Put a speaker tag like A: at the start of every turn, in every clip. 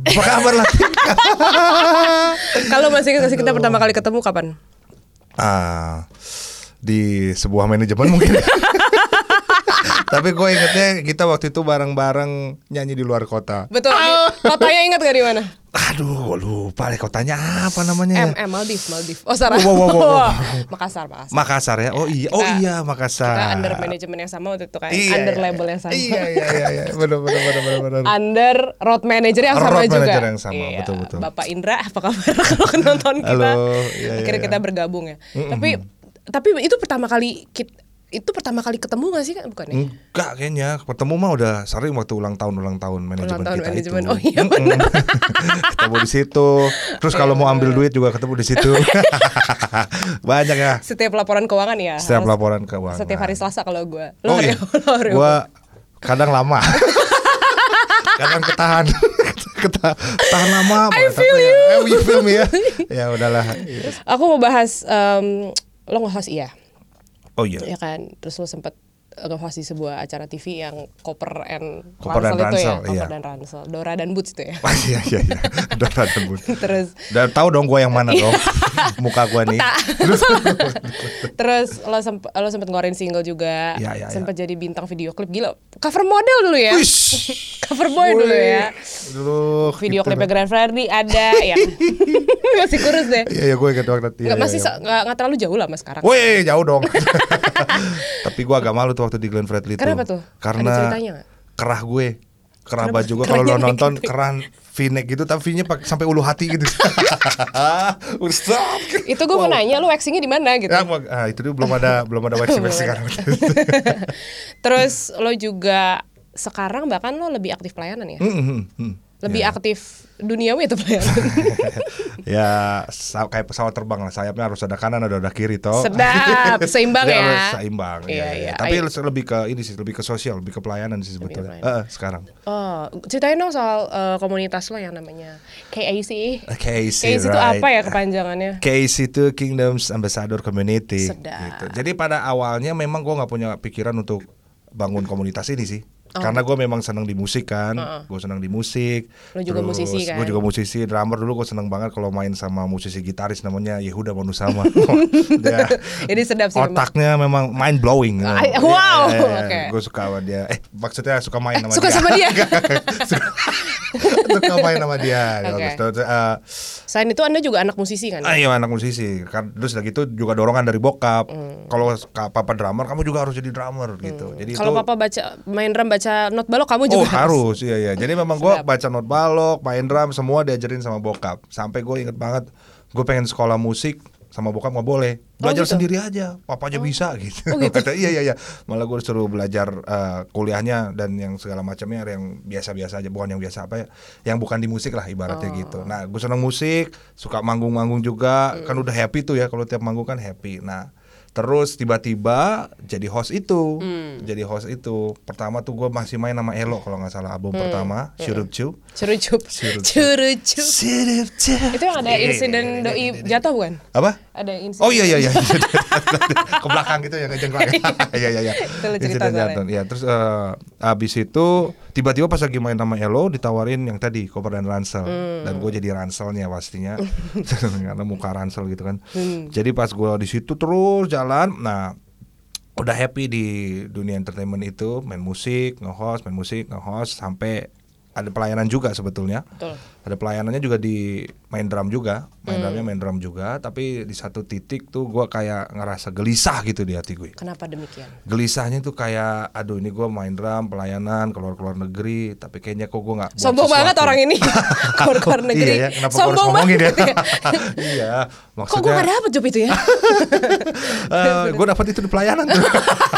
A: Apa kabar lagi?
B: Kalau masih ingat nggak sih kita pertama kali ketemu kapan?
A: ah, di sebuah manajemen mungkin. Tapi gue ingetnya kita waktu itu bareng-bareng nyanyi di luar kota.
B: Betul. di- Kotanya ingat gak di mana?
A: Aduh, gue lupa deh kotanya apa namanya ya?
B: M M Maldives, Maldives. Oh, Sarawak.
A: Wow, wow, wow, wow.
B: Makassar, Makassar.
A: Makassar ya? Oh iya, oh
B: Kita-
A: iya
B: Kita
A: Makassar.
B: under manajemen yang sama waktu itu kan.
A: Iya,
B: under
A: iya.
B: label yang sama.
A: Iya iya iya, iya. benar benar benar benar benar.
B: Under road manager yang sama
A: Road
B: juga. Iya.
A: manager yang sama, betul, betul.
B: Bapak Indra, apa kabar kalau nonton kita?
A: Halo, iya, iya,
B: Akhirnya
A: iya.
B: kita bergabung ya. Tapi tapi itu pertama kali kita, itu pertama kali ketemu gak sih kan bukan
A: Mm.
B: ya?
A: Enggak kayaknya ketemu mah udah sering waktu ulang tahun ulang tahun manajemen
B: Ulang tahun
A: kita
B: manajemen.
A: itu.
B: Oh iya,
A: Mm-mm. ketemu di situ. Terus kalau mau ambil duit juga ketemu di situ. Banyak ya.
B: Setiap laporan keuangan ya.
A: Setiap
B: harus-
A: laporan keuangan.
B: Setiap hari Selasa kalau gue.
A: Oh iya. Gua kadang lama. kadang ketahan. Keta- ketahan lama. I
B: feel
A: ya. Eh, you feel me ya. Ya udahlah.
B: Aku mau bahas em, lo nge-host iya,
A: Oh iya.
B: ya kan? Terus lo sempet eh, nge-host di sebuah acara TV yang Copper and
A: Copper
B: Ransel
A: and
B: itu ya,
A: Ransel,
B: Copper
A: iya.
B: dan Ransel, Dora dan Boots itu ya.
A: Wah, Iya iya iya. Dora dan Bun.
B: Terus Iya.
A: Dan tahu dong gua yang mana dong. Muka gua nih. Terus
B: terus lo sempet lo sempet ngeluarin single juga,
A: Iya, iya,
B: sempet jadi bintang video klip gila. Cover model dulu ya.
A: Wish.
B: Cover boy dulu ya.
A: Dulu
B: Video
A: gitu.
B: klipnya Grand Ferdi ada ya. masih kurus deh.
A: Iya iya gue ingat banget. Iya,
B: Nggak
A: iya,
B: masih
A: iya.
B: sa- nggak nggak terlalu jauh lah mas sekarang.
A: Woi jauh dong. Tapi gue agak malu tuh waktu di Glenn Fredly tuh.
B: Kenapa tuh?
A: Karena
B: Ada ceritanya nggak?
A: kerah gue. Kerah
B: Kenapa?
A: baju gue kalau lo
B: Kerahnya naik
A: nonton
B: gitu.
A: keran V-neck gitu tapi V-nya pak- sampai ulu hati gitu. Ustaz.
B: Itu gue mau nanya lu waxingnya di mana gitu.
A: Ya, gua- ah, itu dulu belum ada belum ada waxing waxing kan.
B: Terus lo juga sekarang bahkan lo lebih aktif pelayanan ya?
A: Hmm,
B: Lebih
A: Iya.
B: aktif duniawi itu pelayanan.
A: ya sa- kayak pesawat terbang lah sayapnya harus ada kanan ada ada kiri toh
B: Sedap, seimbang
A: Dia
B: ya.
A: harus seimbang
B: Iya,
A: iya, iya.
B: iya.
A: tapi
B: Ayo.
A: lebih ke ini sih lebih ke sosial lebih ke pelayanan sih sebetulnya
B: pelayanan.
A: Eh, eh, sekarang
B: oh, ceritain dong soal eh, komunitas lo yang namanya KAC.
A: KAC,
B: KAC itu
A: right.
B: apa ya kepanjangannya?
A: Case itu Kingdoms Ambassador Community.
B: Sedap.
A: Gitu. Jadi pada awalnya memang gue nggak punya pikiran untuk bangun komunitas ini sih.
B: Oh.
A: Karena gue memang senang di musik kan, gue senang di musik.
B: Lu juga musisi kan?
A: Gue juga musisi, drummer dulu gue senang banget kalau main sama musisi gitaris namanya Yehuda Manusama. Dia
B: Ini sedap Iya, sih. memang.
A: otaknya memang mind blowing. Iya,
B: Ah, wow, oke.
A: Gue suka sama dia. Eh maksudnya suka main sama
B: Suka
A: dia.
B: sama dia.
A: suka main sama dia.
B: Oke.
A: Terus, eh,
B: Selain itu Anda juga anak musisi kan?
A: Ah, iya anak musisi. Kan terus udah gitu juga dorongan dari bokap.
B: Hmm.
A: Kalau ka- papa drummer, kamu juga harus jadi drummer gitu. Jadi
B: Kalau
A: itu
B: papa baca main drum baca not balok kamu
A: Oh
B: juga
A: harus, iya iya. Jadi memang gue
B: Sedap.
A: baca not balok, main drum, semua diajarin sama bokap. Sampai gue inget banget, gue pengen sekolah musik sama bokap nggak boleh. Belajar
B: gitu?
A: sendiri aja, papa aja bisa gitu.
B: Oh, gitu.
A: Kata, iya iya iya. Malah gue disuruh belajar eh, kuliahnya dan yang segala macamnya yang biasa-biasa aja, bukan yang biasa apa ya, yang bukan di musik lah ibaratnya
B: Oh.
A: gitu. Nah gue seneng musik, suka manggung-manggung juga.
B: Hmm.
A: Kan udah happy tuh ya kalau tiap manggung kan happy. Nah Terus tiba-tiba jadi host itu,
B: Hmm.
A: jadi host itu. Pertama tuh gue masih main nama Elo kalau nggak salah
B: Hmm.
A: album pertama,
B: Iya,
A: Syurup Cu.
B: Curucup.
A: Curucup.
B: Curucup.
A: Syurup Cu.
B: Itu
A: Iya,
B: yang ada insiden doi jatuh bukan?
A: Apa?
B: Ada
A: iya.
B: insiden.
A: Oh iya iya iya. Ke belakang gitu ya ngejengklak. Iya iya iya.
B: lu cerita
A: Insiden
B: soalnya.
A: jantung. Iya, terus eh, abis itu tiba-tiba pas lagi main nama Elo ditawarin yang tadi Koper dan Ransel
B: Hmm.
A: dan gue jadi Ranselnya pastinya karena muka Ransel gitu kan.
B: Hmm.
A: Jadi pas gue di situ terus jalan nah udah happy di dunia entertainment itu main musik nge-host main musik nge-host sampai ada pelayanan juga sebetulnya
B: Betul.
A: ada pelayanannya juga di main drum juga
B: Hmm.
A: main drumnya main drum juga tapi di satu titik tuh gua kayak ngerasa gelisah gitu di hati gue
B: Kenapa demikian?
A: gelisahnya tuh kayak aduh ini gua main drum pelayanan keluar keluar negeri tapi kayaknya kok gua nggak buat
B: Sombong banget
A: sesuatu.
B: orang ini keluar-keluar negeri.
A: iya ya kenapa gua harus ngomongin ya iya
B: Kok gue
A: maksudnya
B: gak dapet job itu ya?
A: gue dapat Eh, itu di pelayanan tuh.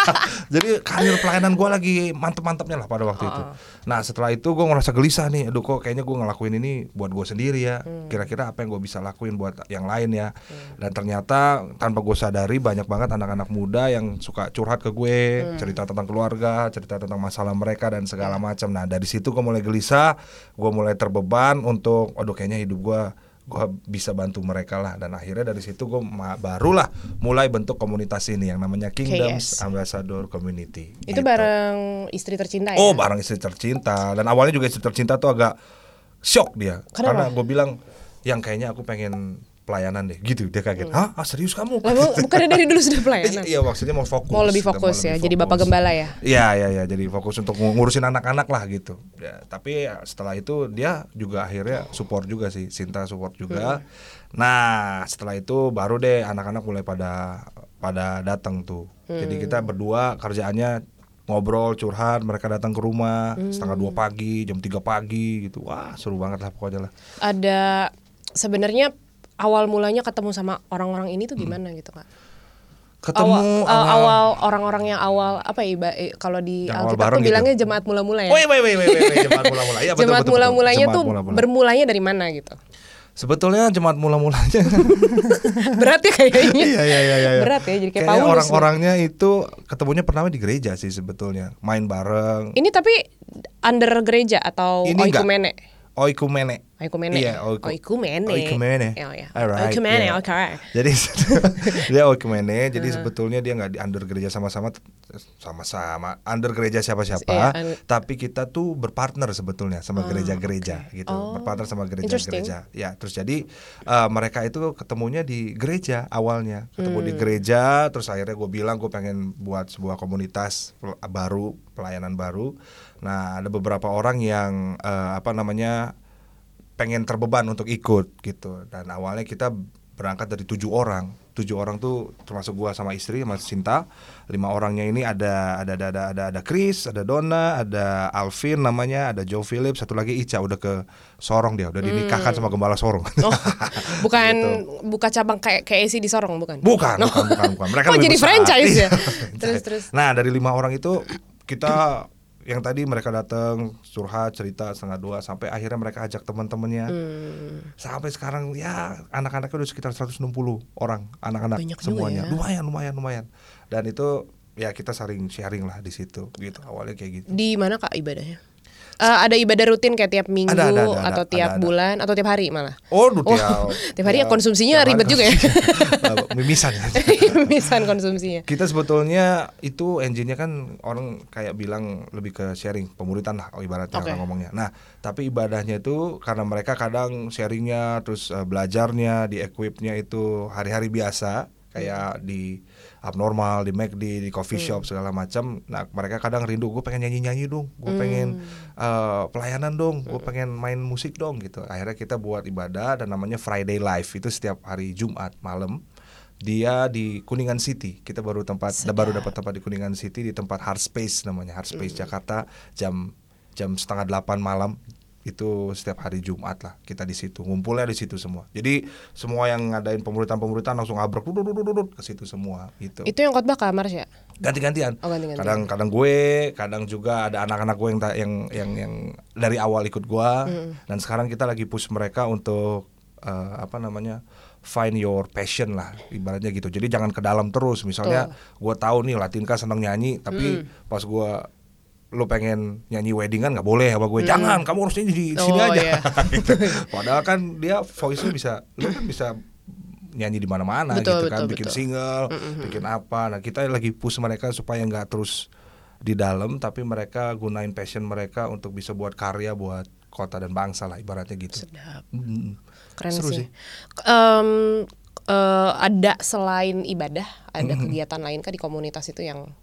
A: Jadi karir pelayanan gue lagi mantep-mantepnya lah pada waktu itu. Nah setelah itu gue ngerasa gelisah nih, aduh kok kayaknya gue ngelakuin ini buat gue sendiri ya. Kira-kira apa yang gue bisa lakuin buat yang lain ya. Dan ternyata tanpa gue sadari banyak banget anak-anak muda yang suka curhat ke gue, cerita tentang keluarga, cerita tentang masalah mereka dan segala macam. Nah dari situ gue mulai gelisah, gue mulai terbeban untuk, aduh kayaknya hidup gue gue bisa bantu mereka lah dan akhirnya dari situ gue barulah mulai bentuk komunitas ini yang namanya Kingdoms
B: KS.
A: Ambassador Community.
B: itu
A: Gitu.
B: bareng istri tercinta ya?
A: Oh barang istri tercinta dan awalnya juga istri tercinta tuh agak shock dia karena
B: Kenapa?
A: gue bilang yang kayaknya aku pengen pelayanan deh gitu dia kaget
B: Hmm.
A: hah ah, serius kamu
B: Lah, emang bukannya dari dulu sudah pelayanan?
A: iya maksudnya mau fokus
B: Mau lebih
A: Udah
B: fokus ya, jadi
A: fokus.
B: bapak gembala ya?
A: Iya iya iya jadi fokus untuk ngurusin anak-anak lah gitu. Ya, tapi ya, setelah itu dia juga akhirnya support juga sih, Sinta support juga.
B: Hmm.
A: Nah setelah itu baru deh anak-anak mulai pada pada datang tuh. Jadi
B: Hmm.
A: kita berdua kerjaannya ngobrol curhat mereka datang ke rumah
B: Hmm.
A: setengah dua pagi jam 3 pagi gitu wah seru banget lah pokoknya lah
B: Ada sebenarnya awal mulanya ketemu sama orang-orang ini tuh gimana gitu kak?
A: Hmm. ketemu
B: awal, eh, awal orang-orang yang awal apa ya iba- eh, kalau di
A: Yang awal
B: Alkitab
A: bareng
B: tuh
A: gitu.
B: bilangnya jemaat mula-mula ya.
A: Woi, woi, woi, woi, woi, jemaat mula-mula. Iya, betul,
B: jemaat
A: betul, betul.
B: mula-mulanya
A: Jemaat
B: tuh
A: mula-mula.
B: bermulanya dari mana gitu?
A: sebetulnya jemaat mula-mulanya
B: Berat ya kayaknya.
A: iya iya iya iya.
B: Berat ya jadi kayak
A: Kayaknya
B: Paulus.
A: orang-orangnya itu ketemunya pertama di gereja sih sebetulnya, main bareng.
B: Ini tapi under gereja atau
A: Ini enggak.
B: oikumene?
A: Oikumene.
B: Oikumene.
A: Iya, oiku-
B: oikumene.
A: Oikumene.
B: Oh, ya.
A: Alright,
B: Oikumene,
A: iya.
B: Uh-huh. oke.
A: Jadi dia oikumene, jadi sebetulnya dia nggak di under gereja sama-sama sama-sama under gereja siapa-siapa,
B: Iya, Oh, un-
A: tapi kita tuh berpartner sebetulnya sama gereja-gereja gitu, berpartner sama gereja-gereja. Ya, terus jadi eh, mereka itu ketemunya di gereja awalnya, ketemu di gereja, terus akhirnya gue bilang gue pengen buat sebuah komunitas pel- baru, pelayanan baru. Nah, ada beberapa orang yang eh, apa namanya pengen terbeban untuk ikut gitu dan awalnya kita berangkat dari tujuh orang tujuh orang tuh termasuk gua sama istri sama Sinta lima orangnya ini ada ada ada ada ada, ada Chris ada Donna ada Alvin namanya ada Joe Phillips satu lagi Ica udah ke Sorong dia udah dinikahkan sama Gembala Sorong
B: Hmm.
A: Gitu.
B: Oh, bukan buka cabang kayak KSI di Sorong bukan?
A: Bukan,
B: No.
A: bukan, bukan, bukan. Mereka
B: oh,
A: lebih
B: jadi
A: besar.
B: franchise
A: Iya,
B: ya.
A: franchise.
B: terus terus.
A: Nah dari lima orang itu kita yang tadi mereka datang curhat cerita setengah dua sampai akhirnya mereka ajak teman-temannya
B: Hmm.
A: sampai sekarang ya anak-anaknya udah sekitar 160 orang anak-anak
B: Banyak juga
A: semuanya
B: ya.
A: lumayan lumayan lumayan dan itu ya kita saling sharing lah di situ gitu awalnya kayak gitu
B: Di mana Kak ibadahnya? Eh, ada ibadah rutin kayak tiap minggu
A: Ada, ada, ada, ada,
B: atau
A: ada,
B: tiap
A: ada.
B: bulan atau tiap hari malah.
A: oh duh,
B: Wow, tiap hari ya konsumsinya ribet juga ya.
A: ya mimisan ya
B: Misan konsumsinya.
A: Kita sebetulnya itu engine-nya kan orang kayak bilang lebih ke sharing, pemuritan lah oh, ibaratnya
B: Oke.
A: orang ngomongnya. Nah, tapi ibadahnya itu karena mereka kadang sharingnya, terus eh, belajarnya, di equipnya itu hari-hari biasa kayak di abnormal, di McD, di coffee shop segala macam. Nah, mereka kadang rindu, gue pengen nyanyi-nyanyi dong, gue pengen eh, pelayanan dong, gue pengen main musik dong gitu. Akhirnya kita buat ibadah dan namanya Friday Live itu setiap hari Jumat malam dia di Kuningan City. Kita baru tempat baru dapat tempat di Kuningan City di tempat Hard Space namanya Hard Space Jakarta jam jam setengah delapan malam itu setiap hari Jumat lah kita di situ ngumpulnya di situ semua. Jadi semua yang ngadain pemuritan-pemuritan langsung abrek duduk, duduk, duduk, ke situ semua gitu.
B: Itu yang khotbah kamar ya?
A: Ganti-gantian.
B: Oh, ganti-gantian.
A: Kadang kadang gue, kadang juga ada anak-anak gue yang ta- yang yang yang dari awal ikut gue dan sekarang kita lagi push mereka untuk eh, apa namanya? find your passion lah ibaratnya gitu. Jadi jangan ke dalam terus. Misalnya gue tahu nih Latinka seneng nyanyi tapi pas gue lu pengen nyanyi weddingan nggak boleh sama gue jangan kamu harus nyanyi di sini
B: Oh,
A: aja
B: iya.
A: Gitu. padahal kan dia voice-nya bisa lu kan bisa nyanyi di mana-mana
B: Betul,
A: gitu kan
B: betul,
A: bikin
B: betul.
A: single, bikin apa. Nah, kita lagi push mereka supaya nggak terus di dalam, tapi mereka gunain passion mereka untuk bisa buat karya buat kota dan bangsa lah ibaratnya gitu.
B: Sedap.
A: Mm.
B: Keren
A: Seru
B: sih.
A: sih.
B: K- em, eh, ada selain ibadah, ada kegiatan lain kah di komunitas itu yang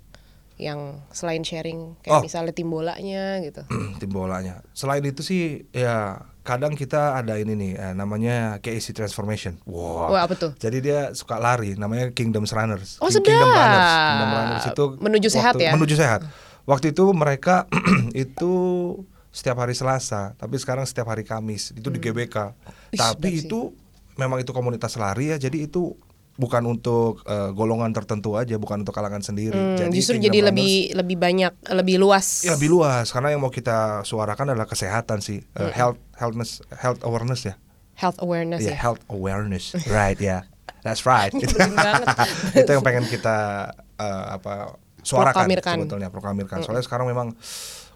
B: yang selain sharing kayak
A: Oh.
B: misalnya tim bolanya gitu.
A: tim Hmm, bolanya. Selain itu sih ya kadang kita ada ini nih eh, namanya KAC Transformation. Wow.
B: Wah, apa tuh?
A: Jadi dia suka lari namanya Kingdom Runners.
B: Oh,
A: King- Kingdom
B: sedap.
A: Runners. Kingdom Runners itu
B: Menuju sehat ya?
A: Menuju sehat. Waktu itu mereka itu setiap hari Selasa, tapi sekarang setiap hari Kamis itu di GBK.
B: Hmm. Ih, sedap
A: tapi
B: sih.
A: itu memang itu komunitas lari ya, jadi itu bukan untuk eh, golongan tertentu aja, bukan untuk kalangan sendiri.
B: Hmm,
A: jadi
B: justru
A: Kingdom
B: jadi
A: Runners-
B: lebih lebih banyak, lebih luas.
A: Ya, lebih luas karena yang mau kita suarakan adalah kesehatan sih, Eh, health healthness health awareness ya.
B: Health awareness
A: Iya,
B: ya.
A: health awareness. Right, ya. That's right. itu,
B: Nyebelin banget.
A: itu yang pengen kita eh, apa suarakan
B: Proklamirkan.
A: sebetulnya proklamirkan. Soalnya sekarang memang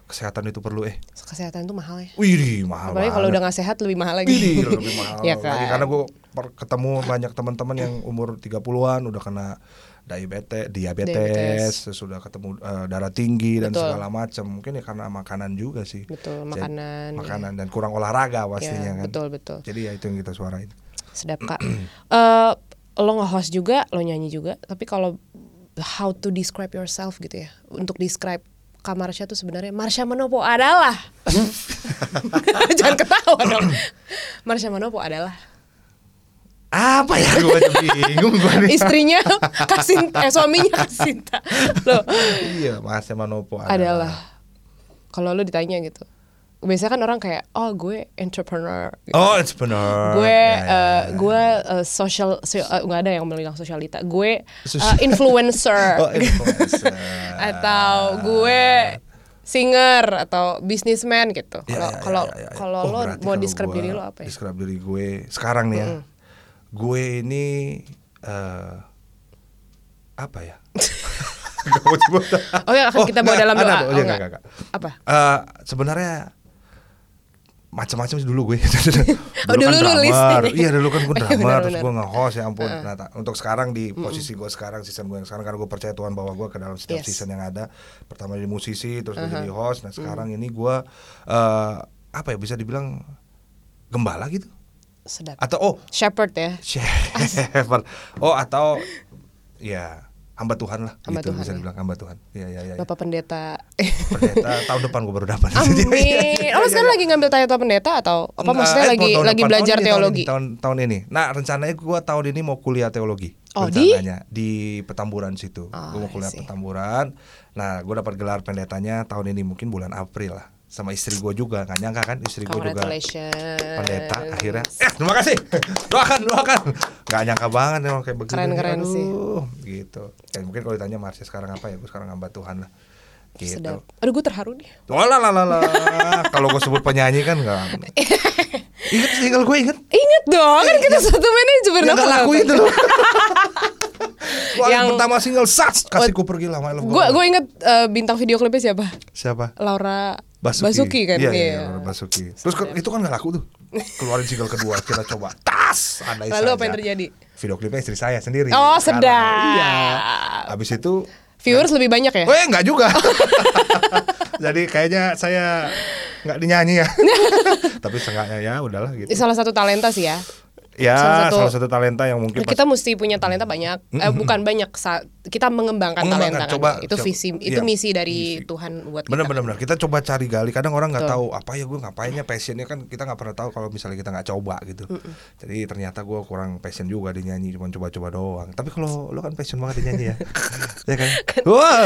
A: kesehatan itu perlu eh.
B: Kesehatan itu mahal ya.
A: Widih, mahal
B: Apalagi kalau
A: banget.
B: udah nggak sehat lebih mahal lagi.
A: Ini Iya, lebih mahal
B: ya
A: lagi
B: Iya, kan.
A: karena gue ketemu banyak teman-teman yang umur 30-an udah kena diabetes, diabetes,
B: Diabetes.
A: terus sudah ketemu eh, darah tinggi dan
B: Betul.
A: segala macam. Mungkin ya karena makanan juga sih.
B: Betul,
A: Jadi,
B: makanan, ya.
A: makanan dan kurang olahraga pastinya
B: Ya,
A: kan.
B: betul betul.
A: Jadi ya itu yang kita suarain.
B: Sedap kak. Eh, lo nge-host juga, lo nyanyi juga. Tapi kalau how to describe yourself gitu ya, untuk describe Kak Marsha tuh sebenarnya Marsha Manopo adalah. Jangan ketawa dong. Marsha Manopo adalah
A: Apa ya gue bingung gue nih.
B: istrinya Kasinta, eh, suaminya Kasinta. Lo
A: iya, Mas Manopo
B: adalah kalau lo ditanya gitu. Biasanya kan orang kayak, oh gue entrepreneur. gitu.
A: Oh, it's benar.
B: gue
A: Ya, ya,
B: eh,
A: ya.
B: gue eh, social so- eh, nggak ada yang bilang sosialita gue eh,
A: Sosial-
B: influencer
A: Oh, influencer.
B: atau gue singer atau businessman gitu
A: Ya,
B: kalau
A: ya, ya, ya,
B: kalau
A: ya.
B: kalau
A: Oh,
B: lo
A: berarti
B: mau
A: kalau
B: describe
A: gua
B: diri lo apa ya
A: Describe diri gue sekarang nih ya. Gue ini eh apa ya? Gak mau sebut.
B: oh ya akan kita bawa
A: nggak,
B: dalam
A: ada,
B: doa
A: oh,
B: oh,
A: iya,
B: nggak.
A: nggak, nggak, nggak.
B: apa
A: Eh, sebenarnya macam-macam sih dulu gue.
B: Oh, dulu lu
A: drummer.
B: listnya.
A: Iya, dulu kan gue drummer,
B: Oh, iya,
A: terus
B: benar-benar.
A: gue nge-host ya ampun.
B: Eh.
A: Nah, ta- untuk sekarang di posisi gue sekarang, season gue yang sekarang karena gue percaya Tuhan bahwa gue ke dalam setiap
B: Yes. Uh-huh. Mm.
A: season yang ada. Pertama jadi musisi, terus gue jadi host. Nah, sekarang ini gue eh apa ya bisa dibilang gembala gitu.
B: sedap
A: Atau oh,
B: shepherd ya
A: shepherd. Oh, atau ya hamba Tuhan lah
B: Hamba
A: gitu
B: Tuhan,
A: bisa
B: ya.
A: dibilang hamba Tuhan. Iya, iya, iya. Ya.
B: bapak pendeta
A: Pendeta tahun depan gue baru dapat.
B: amin
A: Iya,
B: oh lo
A: iya,
B: sekarang
A: iya.
B: lagi ngambil tato pendeta atau apa
A: Nggak,
B: maksudnya
A: eh,
B: lagi
A: tahun
B: lagi
A: depan.
B: belajar
A: Tahun ini,
B: teologi
A: tahun, tahun ini. Nah, rencananya gua tahun ini mau kuliah teologi.
B: Oh, di?
A: rencananya di Petamburan situ.
B: Ah,
A: gua mau kuliah
B: I see.
A: Petamburan. Nah, gua dapat gelar pendetanya tahun ini mungkin bulan April lah. Sama istri gua juga, nggak nyangka kan istri gua juga
B: congratulations
A: pendeta akhirnya. Eh, terima kasih. doakan, doakan. Nggak nyangka banget emang kayak begini.
B: Keren-keren
A: Aduh,
B: sih.
A: Gitu. Ya, mungkin kalau ditanya Marsha sekarang apa ya? Gua sekarang hamba Tuhan lah. Gitu.
B: sedap aduh gue terharu nih
A: Oh lah lah lah lah. Kalau gue sebut penyanyi kan nggak. Ingat single gue inget.
B: Ingat dong kan kita
A: Ya.
B: satu manajemen
A: Yang
B: apa?
A: gak laku itu loh. Yang
B: Yang-
A: pertama single Sats kasih ku pergi lah my love.
B: Gue gue inget eh, bintang video klipnya siapa?
A: siapa?
B: Laura
A: Basuki.
B: kan?
A: Iya, iya,
B: Iya.
A: Laura Basuki. Terus kan, itu kan gak laku tuh. Keluarin single kedua kita coba. Tas, andai
B: Lalu apa
A: saja.
B: yang terjadi?
A: Video klipnya istri saya sendiri.
B: Oh,
A: Sekarang.
B: sedap.
A: Iya. Habis itu
B: Viewers lebih banyak ya?
A: Eh nggak juga. Jadi kayaknya saya nggak dinyanyi ya. Tapi seenggaknya ya udahlah gitu.
B: Salah satu talenta sih ya.
A: Ya
B: salah
A: salah
B: satu-
A: satu, talenta yang mungkin
B: Kita mesti punya talenta banyak. Eh, bukan banyak. sa- Kita mengembangkan,
A: Mengembangkan,
B: talenta.
A: coba,
B: kan. itu
A: coba.
B: visi, itu
A: Iya,
B: misi dari
A: misi.
B: Tuhan buat
A: benar
B: kita.
A: benar benar kita coba cari gali kadang orang nggak
B: Betul.
A: tahu apa ya gue ngapainnya passionnya kan kita nggak pernah tahu kalau misalnya kita nggak coba gitu jadi ternyata gue kurang passion juga di nyanyi cuma coba-coba doang tapi kalau lo kan passion banget di nyanyi ya ya kan wah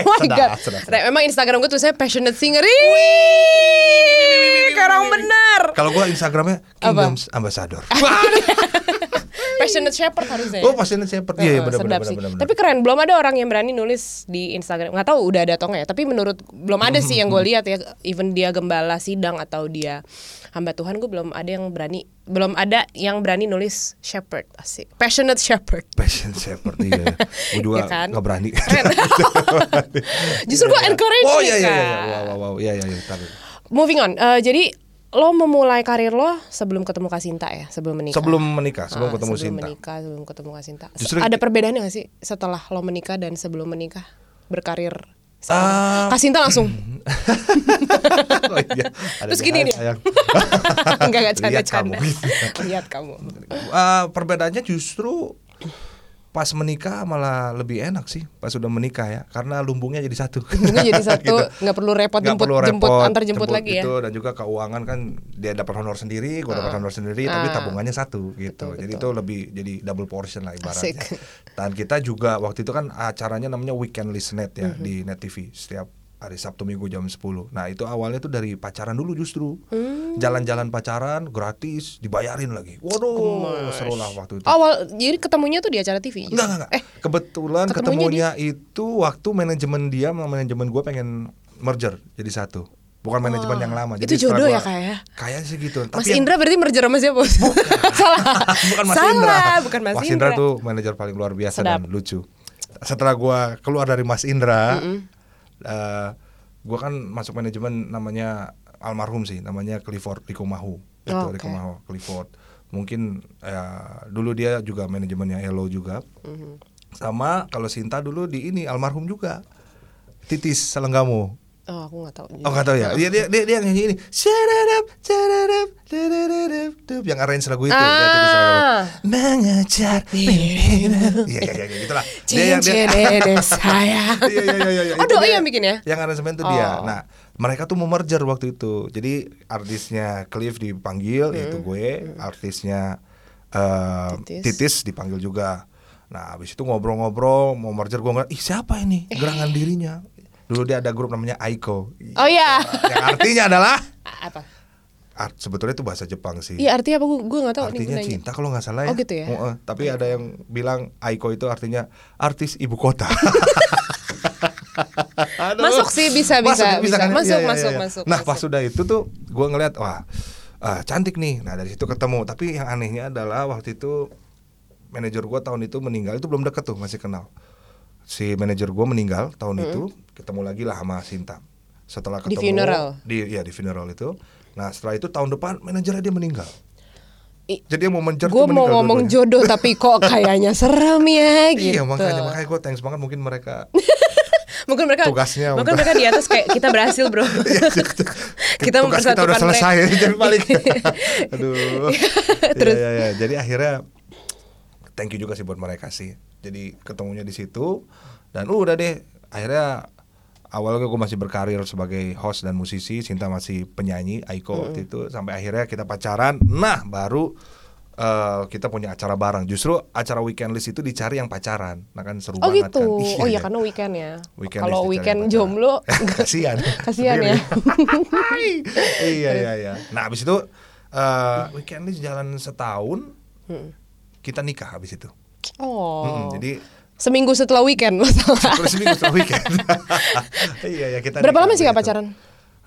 B: Oh my
A: Sedap,
B: god.
A: sedap, sedap.
B: Re- Memang Instagram gue tulisannya passionate singer. Ih, Karang bener.
A: kalau gue instagramnya
B: Apa?
A: kingdom ambassador
B: Passionate shepherd harusnya. ya.
A: oh passionnya saya per- iya iya,
B: Heeh,
A: benar benar
B: sedap
A: benar
B: sih.
A: benar
B: Tapi keren, belum ada orang yang berani nulis di Instagram. Nggak tahu udah ada atau nggak ya. Tapi menurut belum ada sih yang gue lihat ya. Even dia gembala sidang atau dia hamba Tuhan, gue belum ada yang berani. Belum ada yang berani nulis shepherd asik. Passionate shepherd.
A: passion shepherd iya gue
B: Iya
A: juga
B: kan?
A: nggak berani
B: Keren. Justru gue encourage
A: oh
B: nih,
A: iya iya
B: Kak.
A: iya wow wow wow iya iya iya Bentar.
B: Moving on. Eh, jadi lo memulai karir lo sebelum ketemu Kasinta ya, sebelum menikah.
A: sebelum menikah sebelum
B: Ah,
A: ketemu
B: sebelum
A: Sinta
B: menikah, sebelum ketemu Kak Sinta.
A: Justru-
B: ada perbedaannya gak sih setelah lo menikah dan sebelum menikah berkarir?
A: Ah.
B: sekarang? Kak Sinta langsung.
A: Oh iya, ada
B: Terus
A: di
B: gini
A: atas,
B: dia.
A: sayang.
B: Enggak enggak
A: Lihat
B: canda-canda.
A: kamu.
B: Lihat kamu.
A: Eh, perbedaannya justru pas menikah malah lebih enak sih pas sudah menikah ya karena lumbungnya jadi satu. Gitu.
B: Lumbungnya jadi satu, nggak perlu repot
A: Nggak
B: jemput-
A: perlu
B: jemput, antar jemput lagi ya. Ah.
A: gitu. Dan juga keuangan kan dia dapat honor sendiri, gua dapat honor sendiri, tapi tabungannya satu gitu. jadi itu lebih jadi double portion lah ibaratnya.
B: Asik.
A: Dan kita juga waktu itu kan acaranya namanya Weekend List Net ya
B: Mhm.
A: di Net TV setiap hari Sabtu Minggu jam 10. Nah, itu awalnya tuh dari pacaran dulu justru.
B: Hmm.
A: Jalan-jalan pacaran gratis, dibayarin lagi. Waduh, seru lah waktu itu.
B: Oh, Awal jadi ketemunya tuh di acara TV.
A: Enggak, enggak, enggak.
B: Eh,
A: Kebetulan
B: ketemunya
A: ketemunya itu waktu manajemen dia sama manajemen gue pengen merger jadi satu. Bukan manajemen yang lama.
B: Oh.
A: setelah
B: itu jodoh
A: gua-
B: ya, Kak, ya?
A: Kayaknya sih gitu.
B: Mas
A: yang-
B: Indra berarti merger sama siapa? Salah.
A: bukan Mas
B: Salah,
A: Indra.
B: bukan Mas,
A: Mas Indra tuh manajer paling luar biasa dan
B: Sedap.
A: lucu. Setelah gua keluar dari Mas Indra, eh, gua kan masuk manajemen namanya almarhum sih, namanya Clifford Gitu, Rikomahu. Itu ya,
B: Oh, oke. Mm-hmm.
A: Rikomahu, Clifford. Mungkin eh, dulu dia juga manajemennya Elo juga. sama kalau Sinta dulu di ini almarhum juga titis selenggamu
B: Oh, aku nggak tahu. juga.
A: Oh nggak tahu ya. Dia dia dia, dia yang nyanyi ini. Syararap, syararap, syararap, dup. yang arrange lagu itu. Dia titis
B: Ah.
A: selenggamu. Mengejar mimpimu. Iya iya iya gitulah. Dia yang dia.
B: Cincin ini sayang.
A: Iya iya iya iya.
B: Oh,
A: Itu
B: doi
A: dia.
B: yang bikin ya?
A: Yang aransemen itu dia.
B: Oh.
A: Nah, mereka tuh mau merger waktu itu. Jadi artisnya Cliff
B: Hmm.
A: dipanggil yaitu gue, artisnya eh,
B: Titis.
A: Titis dipanggil juga. Nah, habis itu ngobrol-ngobrol mau merger gue ngeliat, ih siapa ini? Gerangan dirinya. Dulu dia ada grup namanya Aiko.
B: Eh. Oh iya.
A: Yang artinya adalah
B: A- Apa?
A: art, sebetulnya itu bahasa Jepang sih.
B: Iya artinya apa? Gue gue nggak tahu. nih,
A: artinya
B: gua nanya.
A: cinta kalau nggak salah ya.
B: Oh, gitu ya?
A: Heeh, tapi ada yang bilang Aiko itu artinya artis ibu kota. Aduh.
B: Masuk sih, bisa, bisa, bisa.
A: kan?
B: Masuk,
A: Iya, iya,
B: masuk,
A: iya.
B: masuk,
A: Nah
B: masuk.
A: pas sudah itu tuh gue ngeliat wah ah, cantik nih. Nah dari situ ketemu. Tapi yang anehnya adalah waktu itu manajer gue tahun itu meninggal itu belum deket tuh masih kenal. Si manajer gue meninggal tahun itu ketemu lagi lah sama Sinta. Setelah
B: Di
A: ketemu
B: funeral?
A: di ya di funeral itu. Nah setelah itu tahun depan manajernya dia meninggal.
B: I-
A: Jadi yang mau mencer
B: Gue
A: tuh
B: mau
A: meninggal
B: ngomong
A: dua-duanya.
B: jodoh tapi kok kayaknya serem ya gitu.
A: Iya makanya makanya gue thanks banget mungkin mereka
B: Mungkin mereka
A: Tugasnya Iya,
B: Mungkin
A: untuk-
B: mereka di atas kayak kita berhasil bro. Oh, kita
A: tugas kita udah
B: mempersatukan
A: selesai
B: mereka. Iya.
A: jadi balik. Aduh.
B: Terus?
A: Iya, iya, iya. Jadi akhirnya thank you juga sih buat mereka sih. Jadi ketemunya di situ dan udah deh akhirnya awalnya gue masih berkarir sebagai host dan musisi, Sinta masih penyanyi, Aiko waktu itu sampai akhirnya kita pacaran. Nah, baru eh, kita punya acara bareng. Justru acara weekend list itu dicari yang pacaran. Nah kan seru
B: Oh
A: banget
B: gitu.
A: kan.
B: Oh iya karena weekend ya.
A: Weekend
B: Kalau
A: list dicari
B: weekend
A: pacaran.
B: jomblo
A: kasihan
B: Kasihan ya.
A: iya iya iya nah habis itu eh weekend ini jalan setahun kita nikah habis itu
B: Hmm. Oh.
A: Mm-mm, jadi
B: Seminggu setelah weekend masalah.
A: terus minggu setelah weekend iya iya kita
B: Berapa
A: nikah
B: lama sih
A: habis
B: kak
A: itu.
B: pacaran?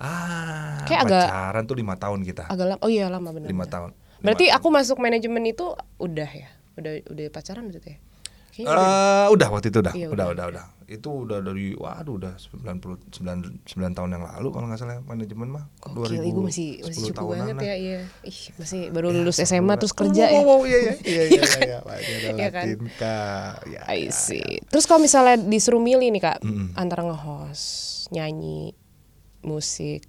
A: ah
B: Kayak agak-
A: pacaran tuh lima tahun kita
B: Agak lama. Oh iya lama benar.
A: lima tahun Lima
B: Berarti
A: tahun.
B: aku masuk manajemen itu udah ya, udah udah pacaran gitu ya. Kayaknya udah.
A: Eh, udah waktu itu udah,
B: Iya,
A: udah,
B: udah.
A: udah, udah. Itu udah dari waduh udah 99 9 tahun yang lalu kalau nggak salah ya, manajemen mah.
B: Gokil, ibu masih
A: 2010
B: masih cukup
A: tahunan
B: banget
A: lah.
B: ya, iya. Ih, masih baru
A: Ya,
B: lulus
A: sepuluh
B: SMA
A: bulan.
B: terus kerja
A: wow,
B: ya.
A: wow, wow, iya, iya, iya, iya, iya, iya, Pak, dia ada
B: Iya kan?
A: Latin, Kak. Ya,
B: I
A: ya, ya.
B: see. Terus kalau misalnya disuruh milih nih kak, antara nge-host, nyanyi, musik,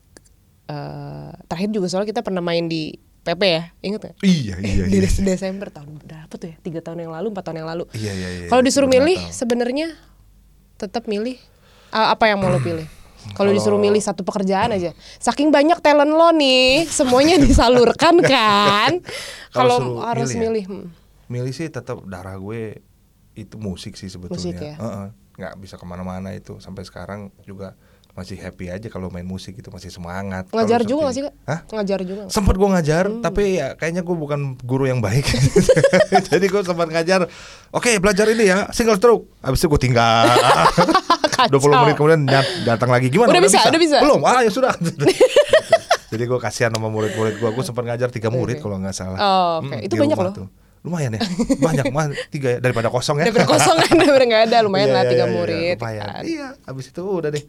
B: eh terakhir juga soalnya kita pernah main di PP ya, inget gak?
A: Iya, iya,
B: Di
A: iya.
B: Desember tahun berapa tuh ya? Tiga tahun yang lalu, empat tahun yang lalu.
A: Iya, iya, iya,
B: Kalau
A: iya,
B: disuruh
A: benar,
B: milih,
A: tahu.
B: sebenarnya tetap milih A- apa yang mau lo pilih? Kalau disuruh milih satu pekerjaan aja, saking banyak talent lo nih, semuanya disalurkan kan?
A: Kalau
B: Kalau
A: suruh
B: harus
A: milih ya?
B: milih, hmm.
A: Milih sih tetap darah gue itu musik sih sebetulnya.
B: Musik ya?
A: Heeh. Nggak bisa kemana-mana itu sampai sekarang juga masih happy aja kalau main musik itu masih semangat. Kalau
B: ngajar
A: seperti-
B: juga nggak sih kak? Hmm.
A: Hah?
B: Ngajar juga. nggak?
A: sempat gue ngajar tapi ya kayaknya gue bukan guru yang baik jadi gue sempat ngajar oke belajar ini ya single stroke habis itu gue tinggal 20
B: Kacau.
A: menit kemudian dat- datang lagi gimana
B: Udah bisa, udah bisa?
A: belum ah ya sudah jadi gue kasihan sama murid-murid gue gue sempat ngajar tiga murid kalau nggak salah
B: Oh, oke.
A: Mm,
B: Itu
A: di
B: banyak
A: rumah
B: loh.
A: tuh. lumayan ya banyak mah tiga ya daripada kosong ya
B: Daripada kosong kan, daripada nggak ada, lumayan
A: Iya,
B: lah
A: iya,
B: tiga
A: iya, iya,
B: murid.
A: lumayan.
B: kan.
A: Iya, abis itu udah deh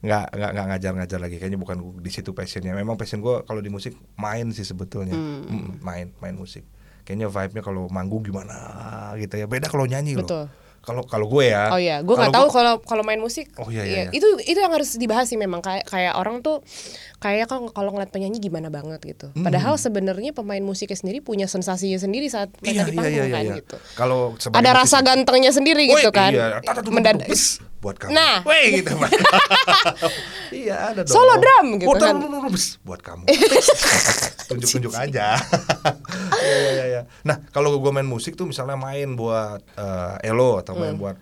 A: nggak nggak nggak ngajar-ngajar lagi kayaknya bukan di situ passionnya memang passion gue kalau di musik main sih sebetulnya
B: Hmm.
A: Mm, main main musik kayaknya vibe-nya kalau manggung gimana gitu ya beda kalau nyanyi loh
B: Betul.
A: kalau kalau gue ya
B: Oh iya, gue nggak tahu
A: kalau
B: kalau kalau main musik.
A: Oh iya, iya, iya.
B: Itu itu yang harus dibahas sih memang kayak kayak orang tuh kayak kalau kalau ngeliat penyanyi gimana banget gitu.
A: Hmm.
B: Padahal sebenarnya pemain musiknya sendiri punya sensasinya sendiri saat
A: gue- iya iya
B: mereka di panggung
A: iya iya,
B: kan
A: iya.
B: gitu.
A: kalau sebagai
B: Ada
A: musisi-
B: rasa gantengnya sendiri
A: Woi,
B: gitu kan.
A: iya, tata tutup,
B: Mendadak.
A: tutup, bis, buat kamu
B: Nah.
A: Woi, gitu iya ada dong
B: Solo drum gitu
A: Oh,
B: kan.
A: tutup, tutup, bis, buat kamu tunjuk tunjuk aja Iya, iya, iya, iya. nah kalau gue main musik tuh misalnya main buat eh, elo atau
B: Hmm.
A: main buat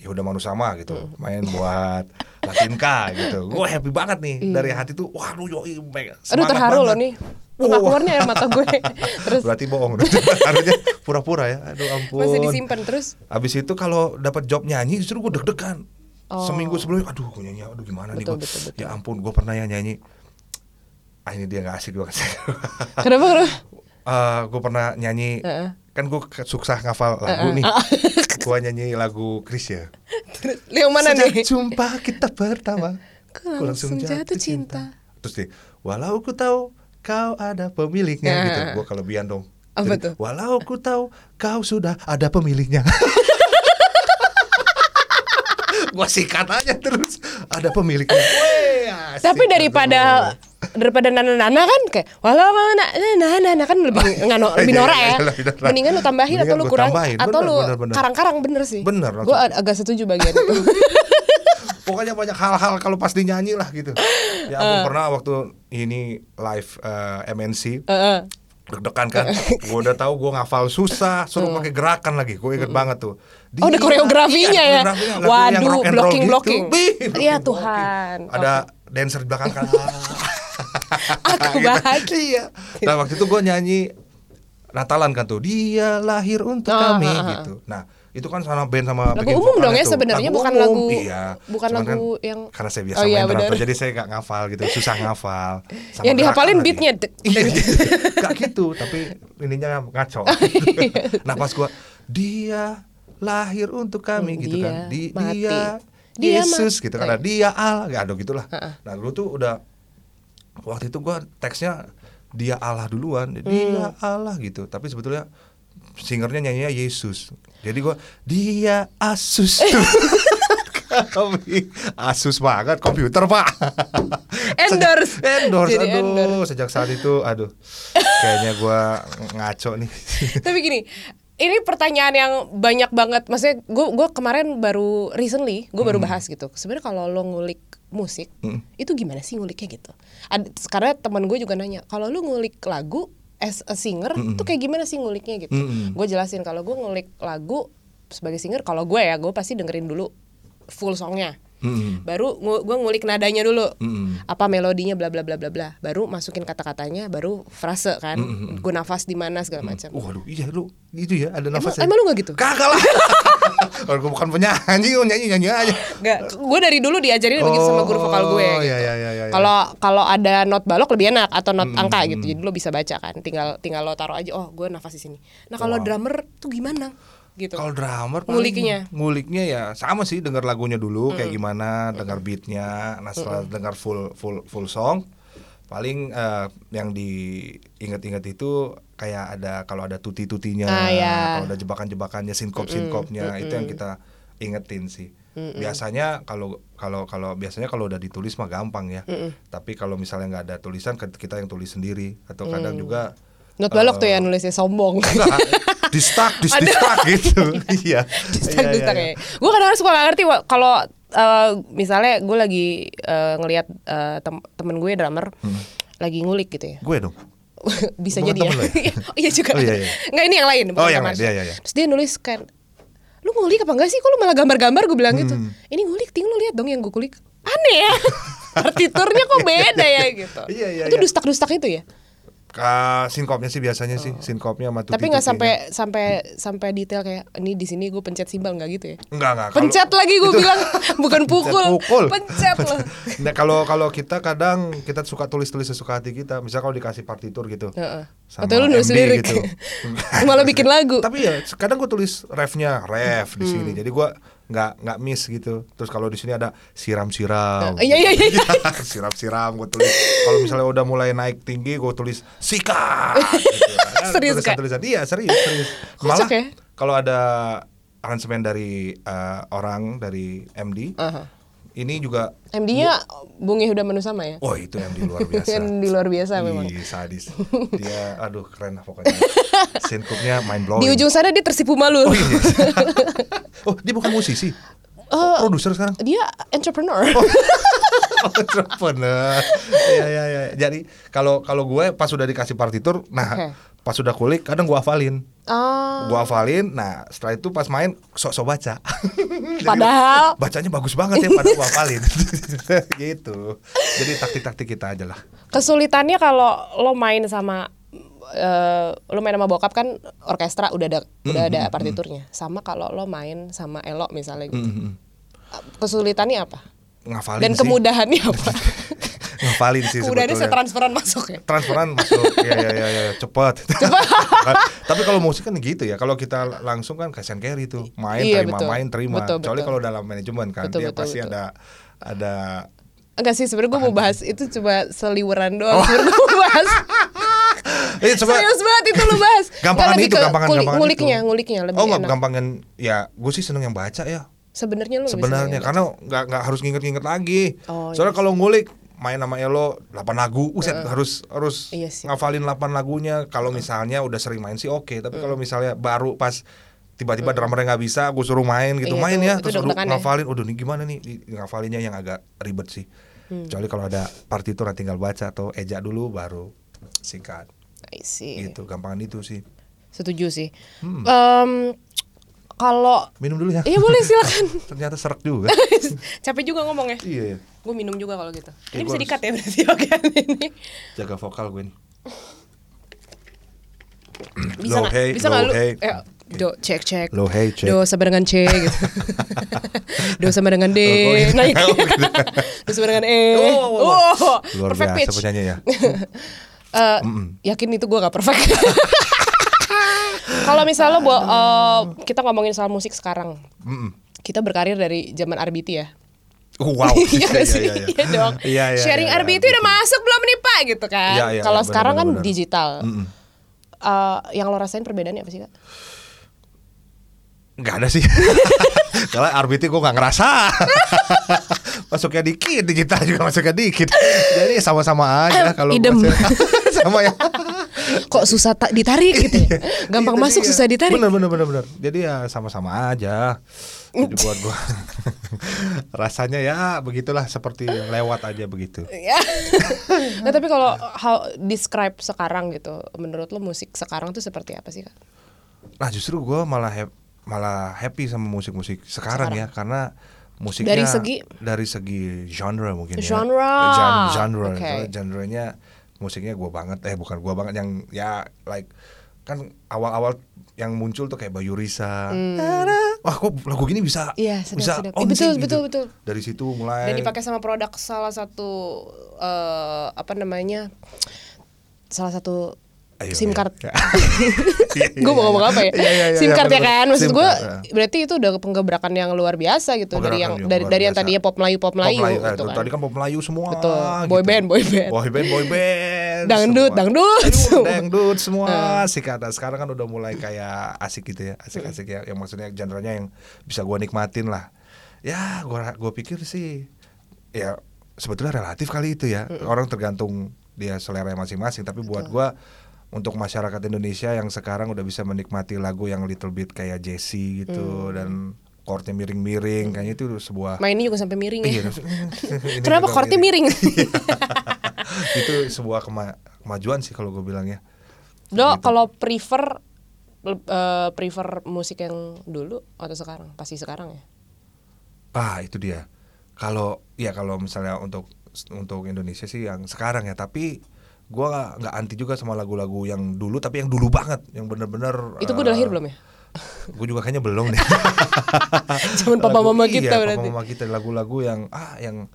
A: ya udah manusia sama gitu main buat latinka gitu gue happy banget nih dari hati tuh waduh yoi mega-
B: Hmm. Aduh
A: semangat
B: terharu
A: banget.
B: loh nih. Nggak
A: Wah.
B: keluarnya air mata gue. Terus
A: berarti bohong dong. harusnya pura-pura ya aduh ampun
B: masih disimpan terus.
A: Abis itu kalau dapat job nyanyi justru gue deg-degan.
B: Oh.
A: Seminggu sebelumnya, aduh gue nyanyi, aduh gimana
B: Betul,
A: nih gue.
B: betul, betul.
A: Ya ampun, gue pernah ya nyanyi. Ah ini dia gak asik gue kasih. Ah.
B: Kenapa kenapa?
A: gue Ah, pernah nyanyi,
B: Heeh.
A: kan gue susah ngafal
B: Ah,
A: lagu nih. gue nyanyi lagu Chris ya.
B: Terus yang mana
A: Sejak
B: nih?
A: jumpa kita pertama
B: Ku langsung jatuh cinta.
A: Terus deh Walau ku tahu kau ada pemiliknya
B: Nah.
A: gitu Gue kelebihan dong
B: Apa
A: Jadi,
B: tuh?
A: Walau ku tahu kau sudah ada pemiliknya gua sikat aja terus ada pemiliknya. Weh, asik.
B: Tapi daripada daripada nana-nana kan kayak walau mana nana-nana kan lebih nggak no- lebih
A: Iya,
B: norak
A: iya,
B: ya.
A: iya, lebih norak.
B: Mendingan lu tambahin
A: Mendingan
B: atau lu
A: gua
B: kurang
A: tambahin.
B: atau
A: Bener,
B: lu
A: bener, bener.
B: karang-karang bener sih.
A: Bener,
B: Gue agak setuju bagian itu.
A: Pokoknya banyak hal-hal kalau pas dinyanyi lah gitu. Ya aku
B: Eh.
A: pernah waktu ini live eh, MNC
B: Heeh.
A: deg-degan kan gue udah tahu gue ngafal susah suruh pakai gerakan lagi gue inget banget tuh
B: Oh, ada koreografinya ya?
A: koreografinya, lagunya yang
B: Waduh,
A: rock and roll
B: blocking-blocking.
A: gitu. Bih,
B: Iya,
A: blocking-blocking.
B: Tuhan.
A: ada dancer di belakang kan
B: Aku
A: Gitu.
B: bahagia.
A: iya nah waktu itu gue nyanyi Natalan kan tuh dia lahir untuk
B: Ah,
A: kami
B: ah, ah.
A: gitu nah itu kan sama band sama
B: Lagu
A: bagian
B: umum
A: vokalnya
B: dong ya
A: tuh.
B: sebenarnya, bukan
A: umum.
B: lagu-
A: iya.
B: bukan
A: Cuman
B: lagu
A: kan
B: yang-
A: karena saya biasa
B: Oh, iya,
A: main drum
B: benar.
A: jadi saya gak ngafal gitu susah ngafal Sama
B: Yang dihafalin
A: gerakan lagi.
B: beatnya, dek,
A: Iya, gak gitu, tapi ininya ngaco.
B: Oh, iya.
A: nah pas gua dia lahir untuk kami
B: Hmm,
A: gitu kan.
B: dia
A: Di,
B: mati.
A: dia
B: Dia
A: Yesus
B: mati.
A: gitu
B: Oh,
A: kan. Nah,
B: iya.
A: Dia Allah, gak ada gitulah.
B: Ha-ha.
A: Nah, lu tuh udah waktu itu gua teksnya dia Allah
B: Hmm.
A: duluan, dia Allah gitu. Tapi sebetulnya singernya nyanyinya Yesus. Jadi gua dia Asus tuh. Kami Asus banget komputer, Pak.
B: Endorse.
A: Sejak- endorse
B: Jadi
A: aduh
B: endorse.
A: sejak saat itu aduh kayaknya gua ngaco nih
B: Tapi gini, ini pertanyaan yang banyak banget. Maksudnya gue gua kemarin baru recently gue baru bahas gitu. Sebenarnya kalau lo ngulik musik, itu gimana sih nguliknya gitu? Ad, karena teman gue juga nanya, kalau lo ngulik lagu as a singer itu kayak gimana sih nguliknya gitu?
A: Mm-mm.
B: Gue jelasin kalau gue ngulik lagu sebagai singer, kalau gue ya gue pasti dengerin dulu full songnya.
A: Mm-mm.
B: Baru gue ngulik nadanya dulu.
A: Mm-mm.
B: Apa melodinya bla bla bla bla bla. Baru masukin kata-katanya, baru frase kan. Gue nafas di mana segala macam.
A: waduh iya lu gitu ya ada nafas
B: emang lu nggak gitu?
A: kagak lah kalau gua bukan penyanyi gua nyanyi nyanyi aja
B: Gak, gue dari dulu diajarin begitu sama guru vokal gue.
A: Oh,
B: gitu.
A: iya, iya, iya, iya.
B: Kalau kalau ada not balok lebih enak atau not
A: Hmm,
B: angka gitu, jadi lo bisa baca kan. Tinggal tinggal lo taruh aja. Oh, gue nafas di sini. Nah kalau drummer tuh gimana? Gitu.
A: kalau drummer paling
B: Nguliknya.
A: nguliknya ya sama sih dengar lagunya dulu kayak gimana dengar beatnya nah setelah dengar full full full song paling eh, yang diingat-ingat itu kayak ada kalau ada tuti-tutinya
B: Ah, ya.
A: kalau ada jebakan-jebakannya sinkop-sinkopnya itu yang kita ingetin sih biasanya kalau kalau kalau biasanya kalau udah ditulis mah gampang ya tapi kalau misalnya nggak ada tulisan kita yang tulis sendiri atau
B: Mm.
A: kadang juga
B: Not balok tuh ya nulisnya sombong.
A: Oh. Enggak, distak, dis,
B: Aduh.
A: distak gitu. iya. Iya, iya,
B: Dustak-dustak
A: iya.
B: ya. Gue kadang-kadang suka gak ngerti wa- kalau eh, misalnya gue lagi eh, ngelihat eh, tem- temen gue drummer
A: Hmm.
B: lagi ngulik gitu ya.
A: Gue dong.
B: bisa
A: Bukan
B: jadi ya.
A: temen lo ya?
B: Oh, iya juga.
A: Oh, iya, iya.
B: Nggak ini yang lain. bukan
A: Oh, yang
B: Tamarsi.
A: lain, iya, iya, iya.
B: Terus dia nulis kan, lu ngulik apa enggak sih? Kok lu malah gambar-gambar gue bilang gitu.
A: Hmm.
B: Ini ngulik, ting lu lihat dong yang gue kulik. Aneh ya. Partiturnya kok beda ya gitu.
A: Iya, iya,
B: itu
A: iya.
B: dustak-dustak itu ya.
A: Ah, sinkopnya sih biasanya sih, sinkopnya sama
B: Oh. Tapi nggak sampai
A: tuti-tutinya.
B: sampai sampai detail kayak ini di sini gue pencet simbal nggak gitu ya.
A: Enggak, enggak. Kalau-
B: Pencet lagi gue
A: Itu-
B: bilang bukan pukul.
A: pukul.
B: Pencet loh.
A: Nah, kalau kalau kita kadang kita suka tulis-tulis sesuka hati kita. Misal kalau dikasih partitur gitu.
B: Heeh.
A: Sama
B: Atau lu nulis
A: MD
B: lirik.
A: gitu.
B: Cuma lu bikin lagu. Hmm.
A: Tapi ya kadang gue tulis refnya, ref di sini. Jadi gua nggak nggak miss gitu. Terus kalau di sini ada siram-siram.
B: Iya, iya, iya, iya.
A: siram-siram gue tulis. Kalau misalnya udah mulai naik tinggi gue tulis sikat. gitu. Karena
B: Serius, Kak?
A: tulisan-tulisan iya serius serius.
B: Kocak ya?
A: kalau ada aransemen dari eh, orang dari MD,
B: Aha.
A: ini juga
B: MD-nya Bungi Huda Manusama ya.
A: Oh itu yang di luar biasa. Iya.
B: Yang di luar biasa memang.
A: Ih, sadis. Dia aduh keren lah pokoknya. Sinkopnya mind blowing.
B: Di ujung sana dia tersipu
A: iya. Oh,
B: malu.
A: iya. oh dia bukan musisi. Oh,
B: Eh,
A: Produser sekarang.
B: dia entrepreneur.
A: Oh. Iya, Entrepreneur. Iya iya iya. Jadi kalau kalau gue pas sudah dikasih partitur,
B: Oke.
A: nah pas sudah kulik kadang gue hafalin.
B: Ah,
A: Gue hafalin, nah setelah itu pas main sok-sok baca. Jadi,
B: Padahal-
A: bacanya bagus banget ya pada gue hafalin. gitu. Jadi taktik-taktik kita aja lah.
B: kesulitannya kalau lo main sama eh, lo main sama bokap kan orkestra udah ada
A: Hmm,
B: udah ada partiturnya. Sama kalau lo main sama Elo misalnya gitu. Kesulitannya apa?
A: Ngafalin
B: Dan
A: Hmm. sih.
B: kemudahannya apa?
A: ngafalin sih
B: kemudahannya
A: sebetulnya.
B: setransferan masuk ya.
A: transferan masuk ya ya ya, ya. cepat tapi kalau musik kan gitu ya kalau kita langsung kan kasihan carry tuh main
B: Iya,
A: terima
B: betul.
A: main terima
B: Betul,
A: kecuali
B: betul.
A: kalau dalam manajemen kan dia
B: Betul, betul,
A: pasti
B: betul.
A: ada ada
B: Enggak sih sebenarnya gue mau bahas itu cuma seliweran doang. Sebenarnya gue mau bahas
A: eh, Oh. coba-
B: serius banget itu lo bahas. Nggak,
A: gampangan
B: lebih
A: itu
B: ke
A: gampangan
B: nguli-
A: gampangan
B: nguliknya,
A: itu.
B: nguliknya lebih
A: oh nggak
B: enak.
A: gampangan ya gue sih seneng yang baca ya
B: Sebenarnya lu lebih seneng
A: sebenarnya kan?
B: yang
A: karena nggak nggak harus nginget-nginget lagi
B: Iya, Oh, iya
A: soalnya kalau ngulik main sama Elo 8 lagu uset harus harus
B: Iya sih.
A: ngafalin 8 lagunya kalau misalnya udah sering main sih oke tapi
B: Mm.
A: kalau misalnya baru pas tiba-tiba drummernya nggak bisa gue suruh main gitu
B: Iya,
A: main
B: itu-
A: ya
B: itu
A: terus aduh,
B: deg-degan ya.
A: ngafalin udah nih gimana nih Di- ngafalinnya yang agak ribet sih
B: Hmm.
A: kecuali kalau ada partitur nah tinggal baca atau eja dulu baru singkat
B: I see.
A: gitu Hmm. gampangan itu sih
B: Setuju sih. Em, kalau
A: minum dulu ya
B: Iya boleh silakan.
A: ternyata serak juga
B: Capek juga ngomongnya.
A: iya
B: Gue minum juga kalau gitu.
A: Oke,
B: Ini
A: gua
B: bisa
A: harus-
B: dikat ya berarti oke ini.
A: jaga vokal gue nih
B: Bisa
A: Low
B: nggak?
A: hey,
B: bisa nggak
A: low
B: lu?
A: hey.
B: Eh, do cek cek.
A: Low hey, cek.
B: Do sama dengan C gitu. do sama dengan D.
A: Oh, gitu.
B: Naik.
A: Oh, gitu.
B: do sama dengan E.
A: Oh, oh, oh.
B: Oh,
A: luar
B: perfect
A: biasa
B: pitch.
A: penyanyi ya
B: Eh, yakin itu gue gak perfect. Kalau misalnya buat eh, kita ngomongin soal musik sekarang,
A: Mm-mm.
B: kita berkarir dari zaman RBT ya.
A: Oh, wow
B: Iya gak sih? Iya dong.
A: Iya, iya,
B: Sharing
A: iya,
B: RB itu
A: iya,
B: udah masuk belum nih Pak gitu kan.
A: Iya, iya,
B: Kalau
A: iya,
B: sekarang kan
A: benar-benar.
B: digital.
A: Mm-mm.
B: Eh, yang lo rasain perbedaannya apa sih Kak?
A: nggak ada sih kalau RBT gue nggak ngerasa masuknya dikit digital juga masuknya dikit jadi sama-sama aja kalau
B: Idem.
A: masih- sama ya
B: Kok susah ta- ditarik gitu
A: Iya,
B: ya? Gampang
A: Itu
B: masuk
A: dia.
B: susah ditarik.
A: bener bener bener bener jadi ya sama-sama aja jadi buat gue rasanya ya begitulah seperti lewat aja begitu
B: Ya. nah tapi kalau how describe sekarang gitu, menurut lo musik sekarang tuh seperti apa sih Kak?
A: Nah justru gue malah hap- malah happy sama musik-musik sekarang, ya karena musiknya
B: Dari segi-
A: dari segi genre mungkin ya.
B: Genre.
A: Gen- genre
B: Oke.
A: Soalnya genrenya musiknya gue banget eh bukan gue banget yang ya like kan awal-awal yang muncul tuh kayak Bayu Risa Tara. wah kok lagu gini bisa
B: Hmm. Iya, sedap,
A: bisa
B: sedap.
A: on
B: Betul,
A: sync
B: betul, betul.
A: dari situ mulai
B: Dan dipakai sama produk salah satu eh, apa namanya? Salah satu
A: Ayo,
B: SIM
A: ayo.
B: card
A: Ya.
B: gue mau ngomong apa
A: Iya,
B: ya?
A: iya, iya,
B: SIM
A: iya,
B: card ya
A: bener.
B: kan, maksud
A: SIM
B: gue
A: card, ya.
B: berarti itu udah penggebrakan yang luar biasa gitu
A: Penggebrakan
B: dari yang
A: yang
B: dari,
A: ya, luar
B: dari yang
A: biasa.
B: tadinya pop melayu pop melayu
A: Pop Melayu, eh,
B: gitu kan.
A: Tadi kan pop Melayu semua.
B: Betul. Boy band, boy band.
A: Boy band, boy band.
B: Dangdut,
A: semua.
B: dangdut
A: Aduh,
B: semua.
A: Dangdut semua.
B: Hmm.
A: Si kata sekarang kan udah mulai kayak asik gitu ya, asik-asik ya. Yang maksudnya genre-nya yang bisa gua nikmatin lah. Ya, gua ra- gua pikir sih ya sebetulnya relatif kali itu ya.
B: Hmm.
A: Orang tergantung dia selera masing-masing, tapi buat gua untuk masyarakat Indonesia yang sekarang udah bisa menikmati lagu yang little bit kayak Jesse gitu
B: Hmm.
A: dan chordnya miring-miring kayaknya itu sebuah
B: Mainnya juga sampai miring ya.
A: Iya, ini
B: Kenapa
A: juga Iya,
B: chordnya miring?
A: itu sebuah kema- kemajuan sih kalau gue bilang ya.
B: Do kalau prefer le- eh, prefer musik yang dulu atau sekarang? Pasti sekarang ya.
A: Ah itu dia. Kalau ya kalau misalnya untuk untuk Indonesia sih yang sekarang ya, tapi gue nggak nggak anti juga sama lagu-lagu yang dulu, tapi yang dulu banget, yang bener-bener.
B: Itu gue udah lahir belum ya?
A: Gue juga kayaknya belum deh.
B: Zaman papa
A: Lagu-
B: mama
A: iya,
B: kita
A: papa
B: berarti.
A: mama kita lagu-lagu yang ah yang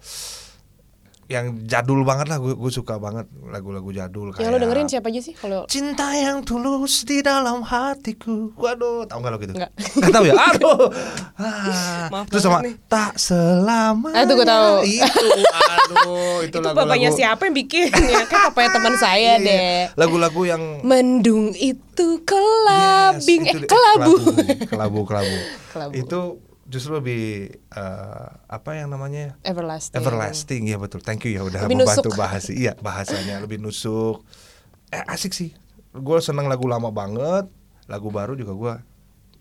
A: yang jadul banget lah gue gue suka banget lagu-lagu jadul kayak
B: Yang lo dengerin siapa aja sih kalau
A: Cinta yang tulus di dalam hatiku. Waduh, tahu nggak lo gitu?
B: Nggak.
A: Nggak tahu ya? Aduh. Ah.
B: Maaf
A: Terus
B: banget
A: sama
B: nih.
A: tak selama.
B: Ah, itu gua tahu.
A: Itu aduh, itu,
B: itu
A: lagu-lagu-
B: papanya siapa yang bikin ya? Kan papanya teman saya
A: Iya,
B: deh.
A: Lagu-lagu yang
B: Mendung itu kelabing
A: Yes, itu
B: eh,
A: dia.
B: kelabu.
A: Kelabu, kelabu.
B: Kelabu.
A: Itu justru lebih eh, apa yang namanya?
B: Everlasting.
A: Everlasting ya betul. Thank you ya udah
B: Iya. Lebih
A: membantu
B: nusuk.
A: bahasa. Iya bahasanya lebih nusuk. Eh, asik sih. Gue seneng lagu lama banget. Lagu baru juga gue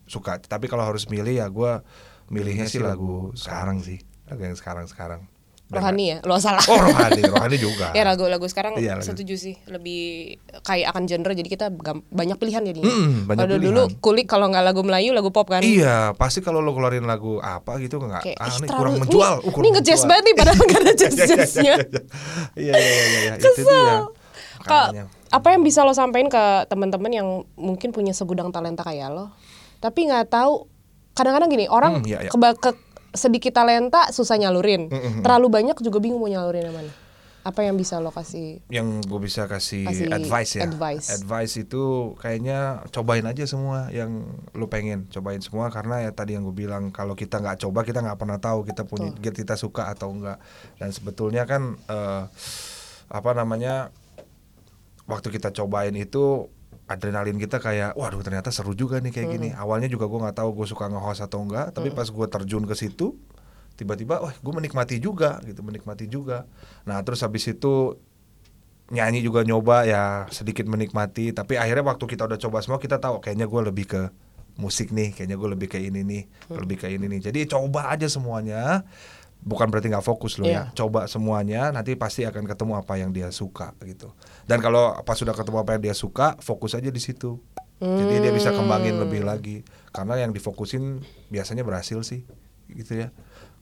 A: suka. Tapi kalau harus milih ya gue milihnya sih lagu sekarang sih. Lagu yang sekarang sekarang.
B: Rohani ya, lo salah.
A: Oh rohani, rohani juga.
B: Ya lagu-lagu sekarang
A: Iya, lagu.
B: setuju sih lebih kayak akan genre jadi kita gam- banyak pilihan jadinya.
A: Mm, banyak
B: Padahal
A: pilihan.
B: dulu kulik kalau nggak lagu Melayu lagu pop kan.
A: Iya, pasti kalau lo keluarin lagu apa gitu nggak
B: Kayak
A: ah,
B: ih,
A: ini
B: terlalu-
A: kurang menjual.
B: Ini,
A: Uh, kurang
B: ini ngejazz
A: menjual.
B: banget nih padahal nggak ada
A: Iya, iya,
B: jazz-jazznya.
A: Iya iya iya iya, iya. itu dia.
B: Kesel. Kak,
A: Makanya.
B: apa yang bisa lo sampaikan ke teman-teman yang mungkin punya segudang talenta kayak lo, tapi nggak tahu kadang-kadang gini orang
A: Hmm, iya, iya.
B: keba- ke- sedikit talenta susah nyalurin,
A: Mm, mm, mm.
B: terlalu banyak juga bingung mau nyalurin yang mana. Apa yang bisa lo kasih?
A: yang gue bisa kasih,
B: Kasih
A: advice ya
B: advice.
A: Advice itu kayaknya cobain aja semua yang lu pengen cobain semua karena ya tadi yang gue bilang kalau kita nggak coba kita nggak pernah tahu kita punya kita suka atau enggak dan sebetulnya kan eh, apa namanya waktu kita cobain itu adrenalin kita kayak waduh ternyata seru juga nih kayak gini awalnya juga gue nggak tahu gue suka nge-host atau enggak tapi pas gue terjun ke situ tiba-tiba wah gue menikmati juga gitu menikmati juga nah terus habis itu nyanyi juga nyoba ya sedikit menikmati tapi akhirnya waktu kita udah coba semua kita tahu "Oh, kayaknya gue lebih ke musik nih kayaknya gue lebih ke ini nih lebih ke ini nih jadi coba aja semuanya bukan berarti nggak fokus loh ya
B: Iya.
A: coba semuanya nanti pasti akan ketemu apa yang dia suka gitu dan kalau pas sudah ketemu apa yang dia suka fokus aja di situ jadi dia bisa kembangin lebih lagi karena yang difokusin biasanya berhasil sih gitu ya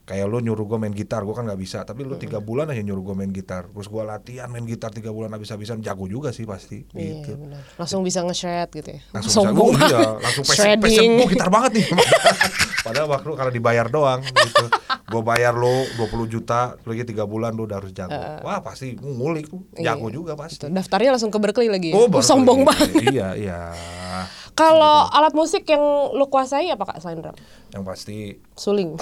A: kayak lo nyuruh gue main gitar gue kan nggak bisa tapi lo tiga bulan aja nyuruh gue main gitar terus gue latihan main gitar tiga bulan habis-habisan jago juga sih pasti gitu
B: Iya benar. Langsung bisa nge-shred gitu ya.
A: langsung Sombong bisa, oh, iya, langsung pesek pesek
B: Shredding.
A: gue gitar banget nih padahal waktu karena dibayar doang gitu gue bayar lo 20 juta lagi tiga bulan lo udah harus jago
B: Eh.
A: wah pasti ngulik lu. jago juga pasti
B: Gitu. Daftarnya langsung ke Berkeley lagi. Ya?
A: Oh,
B: Lu
A: baru
B: sombong
A: kali
B: banget.
A: ini. iya iya
B: Kalau alat musik yang lu kuasai apa Kak selain drum?
A: yang pasti
B: Suling.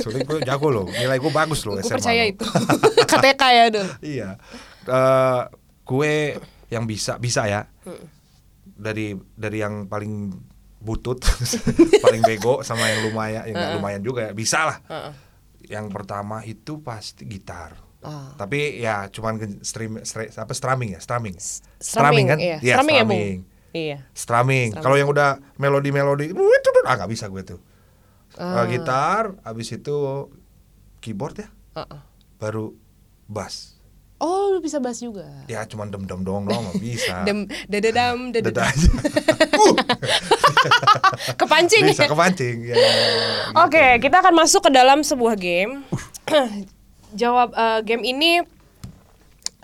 A: sulit gue jago lo nilai gue bagus lo
B: Gue
A: SMA
B: percaya
A: lo.
B: itu. KTK ya dulu.
A: iya Eh gue yang bisa bisa ya
B: Mm.
A: dari dari yang paling butut paling bego sama yang lumayan yang nggak lumayan juga ya bisa lah yang pertama itu pasti gitar
B: Ah.
A: tapi ya cuman ke- stream, stre- apa strumming ya strumming
B: Strumming,
A: kan
B: iya.
A: Iya,
B: Strumming ya, Bung?
A: strumming.
B: Iya.
A: Strumming. Kalau yang udah melodi-melodi, itu ah nggak bisa gue tuh.
B: Ah.
A: Eh, gitar, habis itu keyboard ya,
B: Uh-uh.
A: baru bass.
B: Oh, lu bisa bass juga.
A: Ya cuman dem dem dong doang nggak bisa.
B: Dem dadadam
A: Dada
B: dadadam.
A: aja. Uh,
B: Kepancing.
A: bisa kepancing. Ya,
B: Oke,
A: Gitu.
B: kita akan masuk ke dalam sebuah game. Jawab eh, game ini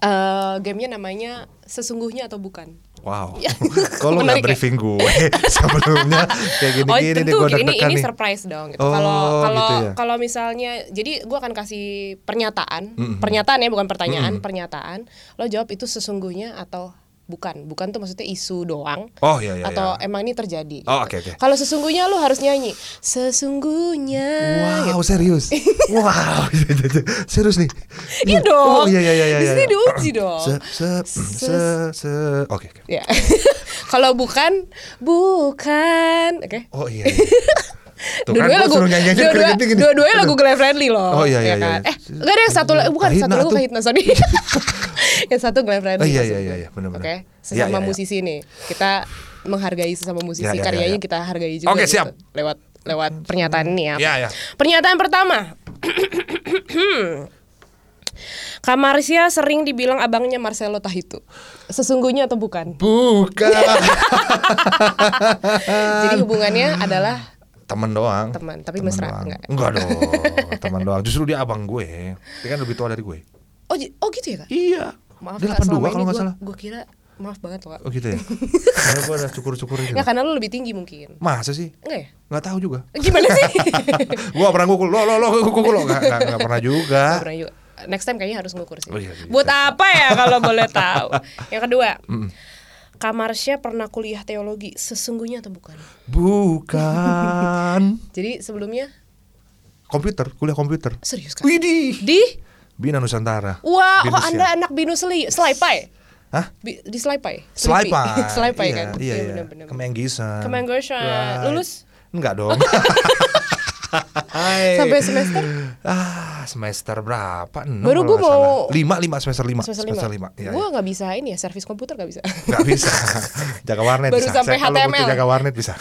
B: eh gamenya namanya sesungguhnya atau bukan?
A: Wow.
B: Ya.
A: Kalau nggak
B: Menarik ya?
A: briefing gue sebelumnya kayak
B: oh
A: gini-gini deh
B: tentu
A: gue
B: ini
A: deg-degan
B: ini
A: nih.
B: surprise dong. gitu.
A: Oh,
B: Kalau kalau
A: gitu ya.
B: kalau misalnya, jadi gua akan kasih pernyataan, pernyataan ya bukan pertanyaan, pernyataan. Lo jawab itu sesungguhnya atau bukan? Bukan tuh maksudnya isu doang.
A: Oh ya ya.
B: atau
A: ya.
B: emang ini terjadi?
A: Oh,
B: gitu.
A: oke, oke.
B: Kalau sesungguhnya lo harus nyanyi sesungguhnya.
A: Wow serius. wow. serius nih.
B: Iya dong.
A: Oh iya iya iya iya.
B: Di sini
A: iya.
B: diuji dong.
A: Se se se se. Oke oke.
B: Ya. Kalau bukan, bukan. Oke.
A: Oh iya. iya. Tuh kan gue suruh nyanyi aja
B: dua-dua,
A: gini-gini.
B: dua-duanya lagu
A: Aduh.
B: Glenn Fredly loh.
A: Oh, iya,
B: ya
A: iya, iya,
B: kan?
A: iya.
B: Eh, enggak ada yang satu lagu bukan
A: Kahitna
B: satu lagu
A: tuh.
B: Kahitna sorry. yang satu Glenn Fredly.
A: Oh, iya, iya,
B: maksudnya.
A: iya, iya, benar-benar.
B: Oke,
A: Iya,
B: sesama
A: iya, iya.
B: musisi nih. Kita menghargai sesama musisi
A: Iya, iya, iya,
B: karyanya
A: iya.
B: kita hargai juga.
A: Oke,
B: gitu.
A: siap.
B: Lewat lewat pernyataan ini ya.
A: Iya, iya.
B: Pernyataan pertama. Kamarsia sering dibilang abangnya Marcelo Tahitu. Sesungguhnya atau bukan?
A: Bukan.
B: Jadi hubungannya adalah
A: Temen doang.
B: Teman, tapi
A: Temen
B: mesra,
A: doang.
B: enggak?
A: Enggak dong. Temen doang. Justru dia abang gue. Dia kan lebih tua dari gue.
B: Oh, ji- oh gitu ya kak?
A: Iya.
B: Maaf
A: dia 82
B: kak, selama ini
A: kalau nggak
B: gua-
A: salah.
B: Gua kira maaf banget loh kak.
A: Oh gitu ya. Karena gue ada cukur-cukur gitu.
B: Ya karena lu lebih tinggi mungkin.
A: Masa sih?
B: Enggak ya?
A: Nggak tahu juga.
B: Gimana sih?
A: gua nggak pernah ngukul. Lo lo lo ngukul lo nggak nggak- nggak pernah juga.
B: Gak pernah juga. Next time kayaknya harus ngukur sih.
A: Oh iya, iya.
B: Buat apa ya kalau boleh tahu? Yang kedua, Kamarsia pernah kuliah teologi sesungguhnya atau bukan?
A: Bukan.
B: Jadi sebelumnya
A: komputer, kuliah komputer.
B: serius kak?
A: Widih.
B: Di?
A: Bina Nusantara.
B: Wah, oh
A: Binus
B: anda
A: ya.
B: anak binus Seli- selaipai?
A: Hah?
B: Bi- Di selaipai? Selipi.
A: Selaipan.
B: selaipai
A: iya,
B: kan?
A: Iya, iya.
B: benar-benar.
A: Kemanggisan.
B: Kemanggisan. Lulus?
A: Enggak dong. Hai.
B: Sampai semester?
A: Ah, semester berapa? Enam
B: Baru
A: kalau
B: gua
A: nggak
B: mau-
A: salah. Lima, lima, semester lima
B: semester
A: Semester
B: lima.
A: lima Iya,
B: Gua
A: iya.
B: nggak bisa ini ya, servis komputer nggak bisa.
A: Nggak bisa Jaga warnet
B: Baru
A: bisa
B: sampai
A: Saya kalau butuh
B: HTML.
A: Jaga warnet bisa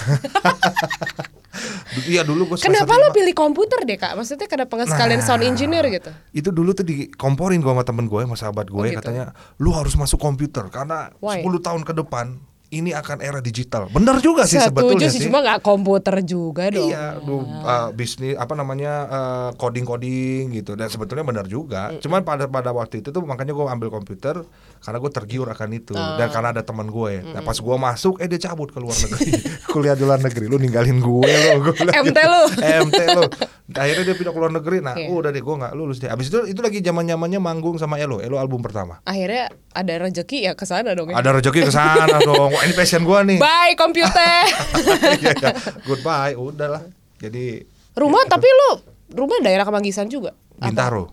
A: Du- Iya dulu gue semester
B: Kenapa
A: lima.
B: lo pilih komputer deh kak? Maksudnya kenapa nggak sekalian
A: Nah,
B: sound engineer gitu?
A: Itu dulu tuh dikomporin gua sama temen gue, sama sahabat gue
B: Oh, gitu.
A: katanya lu harus masuk komputer karena
B: Why?
A: 10 tahun ke depan ini akan era digital. Bener juga sih sebetulnya
B: sih
A: sih.
B: cuma nggak komputer juga dong.
A: Iya, lu uh, bisnis apa namanya uh, coding-coding gitu dan sebetulnya benar juga. Cuman pada pada waktu itu tuh makanya gue ambil komputer karena gue tergiur akan itu dan karena ada teman gue. Nah, pas gue masuk eh dia cabut ke luar negeri, kuliah di luar negeri. Lu ninggalin gue lo, gue bilang
B: MT
A: gitu.
B: lu.
A: MT lu. Akhirnya dia pindah ke luar negeri. Nah,
B: Iya.
A: udah deh gue nggak lulus deh. Abis itu itu lagi zaman-zamannya manggung sama Elo, Elo album pertama.
B: Akhirnya ada rezeki ya ke sana dong ya.
A: Ada rezeki ke sana dong. Wah, ini passion gue nih.
B: Bye komputer.
A: Iya, iya. Goodbye, udahlah. Jadi
B: rumah tapi lo rumah daerah Kemanggisan juga. Apa?
A: Bintaro.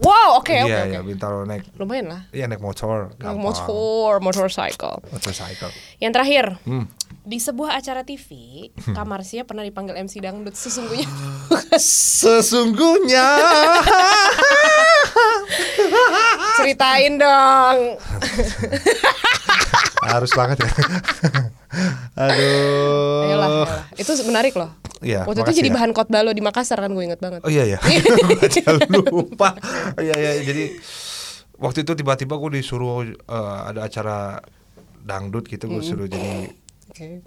B: Wow, oke
A: iya
B: oke
A: iya
B: oke.
A: bintaro naik
B: Lumayan lah.
A: iya naik motor gampang
B: Motor, motorcycle.
A: motorcycle
B: Yang terakhir,
A: hmm.
B: di sebuah acara TV, Kamarsia pernah dipanggil MC dangdut sesungguhnya.
A: sesungguhnya
B: Ceritain dong.
A: harus banget ya aduh
B: Ayolah, ayolah. Itu menarik loh.
A: Iya,
B: Waktu itu
A: makasih
B: jadi
A: ya.
B: bahan khotbah lo di Makassar kan gue inget banget.
A: Oh iya ya, Gua aja lupa. Iya iya jadi waktu itu tiba-tiba gue disuruh eh, ada acara dangdut gitu gue suruh jadi
B: Oke.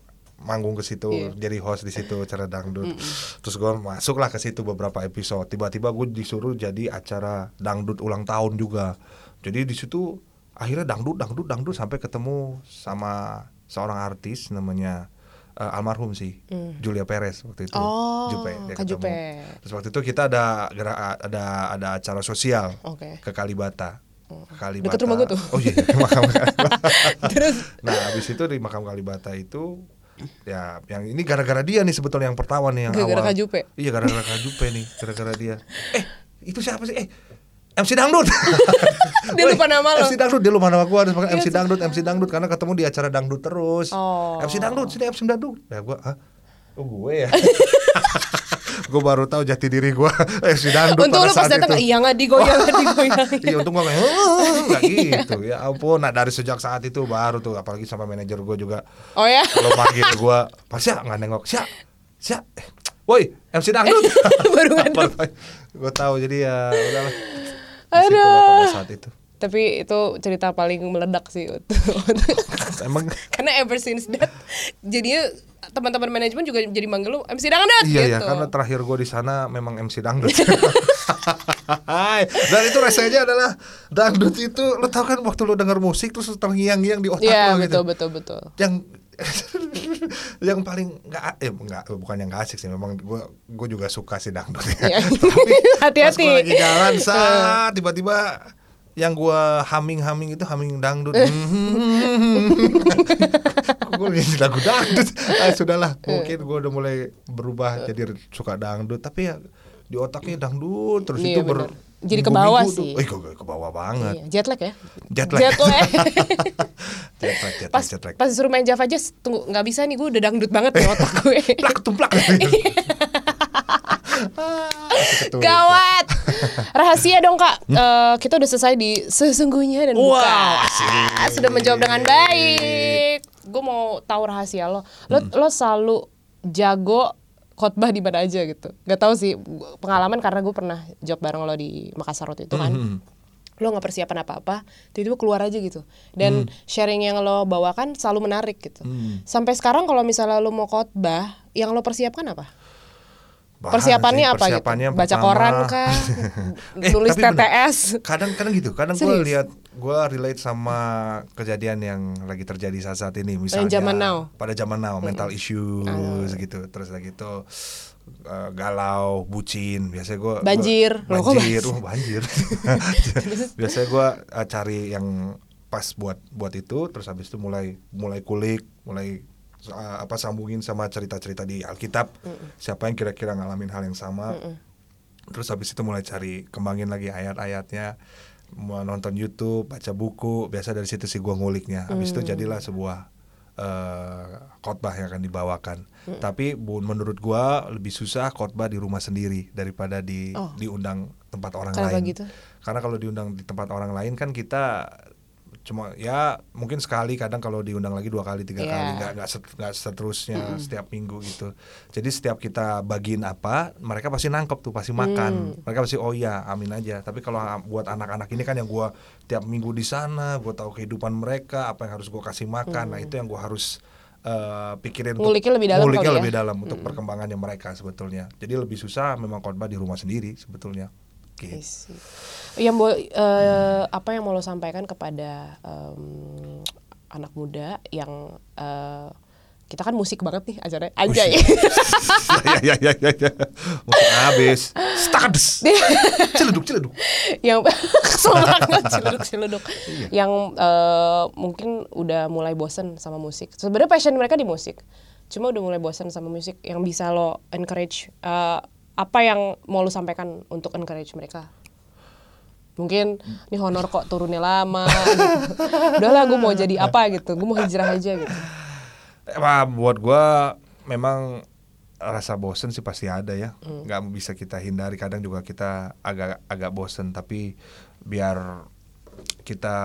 A: manggung ke situ
B: Iya.
A: jadi host di situ acara dangdut terus gue masuklah ke situ beberapa episode tiba-tiba gue disuruh jadi acara dangdut ulang tahun juga jadi di situ akhirnya dangdut dangdut dangdut sampai ketemu sama seorang artis namanya eh, almarhum sih Julia Perez waktu itu
B: Mm. Oh,
A: dia ketemu.
B: Kak Jupe.
A: terus waktu itu kita ada gerak- ada ada acara sosial
B: Oke. Oh.
A: ke Kalibata Ke Kalibata.
B: Deket rumah gua tuh.
A: Oh iya, iya, makam Kalibata.
B: Terus?
A: Nah, habis itu di makam Kalibata itu ya yang ini gara-gara dia nih sebetulnya yang pertama nih yang
B: Gara-gara
A: awal.
B: Kak Jupe.
A: Iya, gara-gara Kak Jupe nih, gara-gara dia. Eh, itu siapa sih? Eh, MC Dangdut.
B: Dia lupa nama lo. Iya,
A: MC Dangdut, dia lupa nama gua, harus pakai MC Dangdut, MC Dangdut karena ketemu di acara dangdut terus.
B: Oh.
A: MC Dangdut, sini MC Dangdut. Ya gua, hah? Oh, gue ya. gue baru tahu jati diri gue MC Dangdut
B: Untung
A: pada
B: lo pas
A: saat
B: datang,
A: itu.
B: iya nggak digoyang, nggak digoyang.
A: Iya untung gue nggak gitu ya ampun nah dari sejak saat itu baru tuh apalagi sama manajer gue juga
B: Oh ya?
A: kalau panggil gue pas ya nggak nengok siap siap Eh, woi MC dangdut
B: Iya, Baru ngadep.
A: gue tahu jadi ya udahlah Di situ
B: Aduh.
A: lah pada saat itu
B: Tapi itu cerita paling meledak sih.
A: emang
B: karena ever since that, jadinya teman-teman manajemen juga jadi manggil lo MC dangdut
A: iya
B: gitu.
A: ya karena terakhir gue di sana memang MC dangdut Hai. dan itu rasanya adalah dangdut itu lo tau kan waktu lo denger musik terus lo terngiang-ngiang di otak
B: Iya
A: lo gitu
B: betul betul betul.
A: yang yang paling nggak a- eh nggak bukan yang nggak asik sih memang gua gua juga suka sih dangdut ya.
B: Iya.
A: Tapi pas
B: Hati-hati.
A: gua lagi jalan saat tiba-tiba yang gua haming-haming itu haming dangdut. gue nyanyi lagu dangdut. Ah, sudahlah, mungkin gua udah mulai berubah jadi suka dangdut tapi ya di otaknya dangdut terus
B: Iya,
A: itu ber
B: bener. Jadi ke bawah
A: minggu-minggu tuh.
B: sih.
A: Eh, ke- ke bawah banget.
B: Iya, jet lag ya?
A: Jet lag.
B: Jet lag.
A: Jet lag, jet lag,
B: pas,
A: jet lag.
B: pas disuruh main Java Jazz, tunggu nggak bisa nih gue udah dangdut banget nih otak gue.
A: Plak tumplak. Iya.
B: Gawat. Rahasia dong kak. Eh, kita udah selesai di sesungguhnya dan
A: Hmm? Wow,
B: bukan.
A: asik.
B: Ah, Sudah menjawab dengan baik. Gue mau tahu rahasia lo. Lo,
A: Hmm.
B: lo selalu jago khotbah di mana aja gitu. Gak tahu sih pengalaman karena gue pernah job bareng lo di Makassar waktu itu kan.
A: Hmm,
B: Lo nggak persiapan apa-apa, tiba-tiba keluar aja gitu.
A: Hmm.
B: Dan sharing yang lo bawakan selalu menarik gitu. Sampai sekarang kalau misalnya lo mau khotbah, yang lo persiapkan apa?
A: Bahan
B: persiapannya
A: sih,
B: apa
A: persiapannya
B: gitu? Baca
A: pertama-
B: koran kah?
A: Eh,
B: Nulis
A: tapi bener.
B: TTS?
A: Kadang kadang gitu. Kadang gue
B: Serius?
A: lihat gue relate sama kejadian yang lagi terjadi saat saat ini misalnya
B: zaman now. Hmm. Ah.
A: pada zaman now mental issues gitu terus lagi itu eh, galau, bucin, biasanya gue
B: Banjir. Loh, kok
A: banjir, oh, banjir. biasanya gue cari yang pas buat buat itu, terus habis itu mulai mulai kulik, mulai eh, apa sambungin sama cerita-cerita di Alkitab, siapa yang kira-kira ngalamin hal yang sama, terus habis itu mulai cari kembangin lagi ayat-ayatnya mau nonton YouTube baca buku biasa dari situ sih gua nguliknya habis itu
B: Hmm.
A: jadilah sebuah eh, khotbah yang akan dibawakan
B: Hmm.
A: tapi bu, menurut gua lebih susah khotbah di rumah sendiri daripada di
B: Oh.
A: diundang tempat orang
B: Kenapa
A: lain
B: gitu?
A: karena kalau diundang di tempat orang lain kan kita cuma ya mungkin sekali kadang kalau diundang lagi dua kali tiga
B: Iya.
A: kali nggak nggak set- nggak seterusnya setiap minggu gitu jadi setiap kita bagiin apa mereka pasti nangkep tuh pasti makan
B: Mm.
A: mereka pasti oh iya amin aja tapi kalau a- buat anak-anak ini kan yang gua tiap minggu di sana gua tahu kehidupan mereka apa yang harus gua kasih makan nah itu yang gua harus eh, pikirin untuk-
B: Mm. Nguliknya lebih dalam
A: nguliknya
B: kali ya?
A: lebih dalam untuk perkembangannya mereka sebetulnya jadi lebih susah memang khotbah di rumah sendiri sebetulnya Gitu.
B: I see. Yang mau eh, apa yang mau lo sampaikan kepada em, anak muda yang eh, kita kan musik banget nih acaranya aja ya.
A: ya ya ya ya musik habis status celeduk celeduk
B: yang kesel banget celuduk celuduk.
A: Iya.
B: Yang eh, mungkin udah mulai bosen sama musik. Sebenarnya passion mereka di musik. Cuma udah mulai bosen sama musik yang bisa lo encourage eh, apa yang mau lo sampaikan untuk encourage mereka? mungkin nih honor kok turunnya lama gitu. udahlah gue mau jadi apa gitu gue mau hijrah aja gitu
A: Eh, Wah, buat gua memang rasa bosen sih pasti ada ya
B: Hmm.
A: nggak bisa kita hindari kadang juga kita agak agak bosen tapi biar kita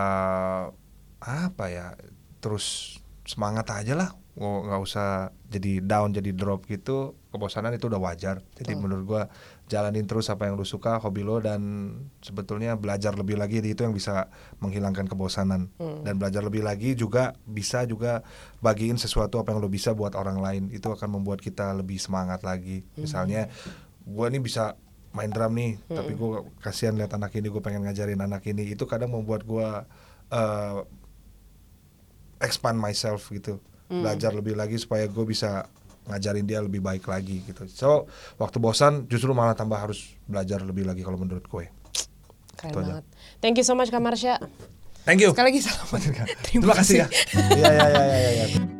A: apa ya terus semangat aja lah Nggak- nggak usah jadi down jadi drop gitu kebosanan itu udah wajar jadi menurut gua jalanin terus apa yang lu suka hobi lo dan sebetulnya belajar lebih lagi itu yang bisa menghilangkan kebosanan dan belajar lebih lagi juga bisa juga bagiin sesuatu apa yang lu bisa buat orang lain itu akan membuat kita lebih semangat lagi misalnya gua nih bisa main drum nih tapi gua kasihan lihat anak ini gue pengen ngajarin anak ini itu kadang membuat gua eh, expand myself gitu belajar lebih lagi supaya gue bisa ngajarin dia lebih baik lagi gitu so waktu bosan justru malah tambah harus belajar lebih lagi kalau menurut gue
B: keren
A: Itu aja.
B: banget thank you so much kak Marsha
A: thank you
B: sekali lagi salam
A: terima kasih ya Iya, iya, iya, iya, iya.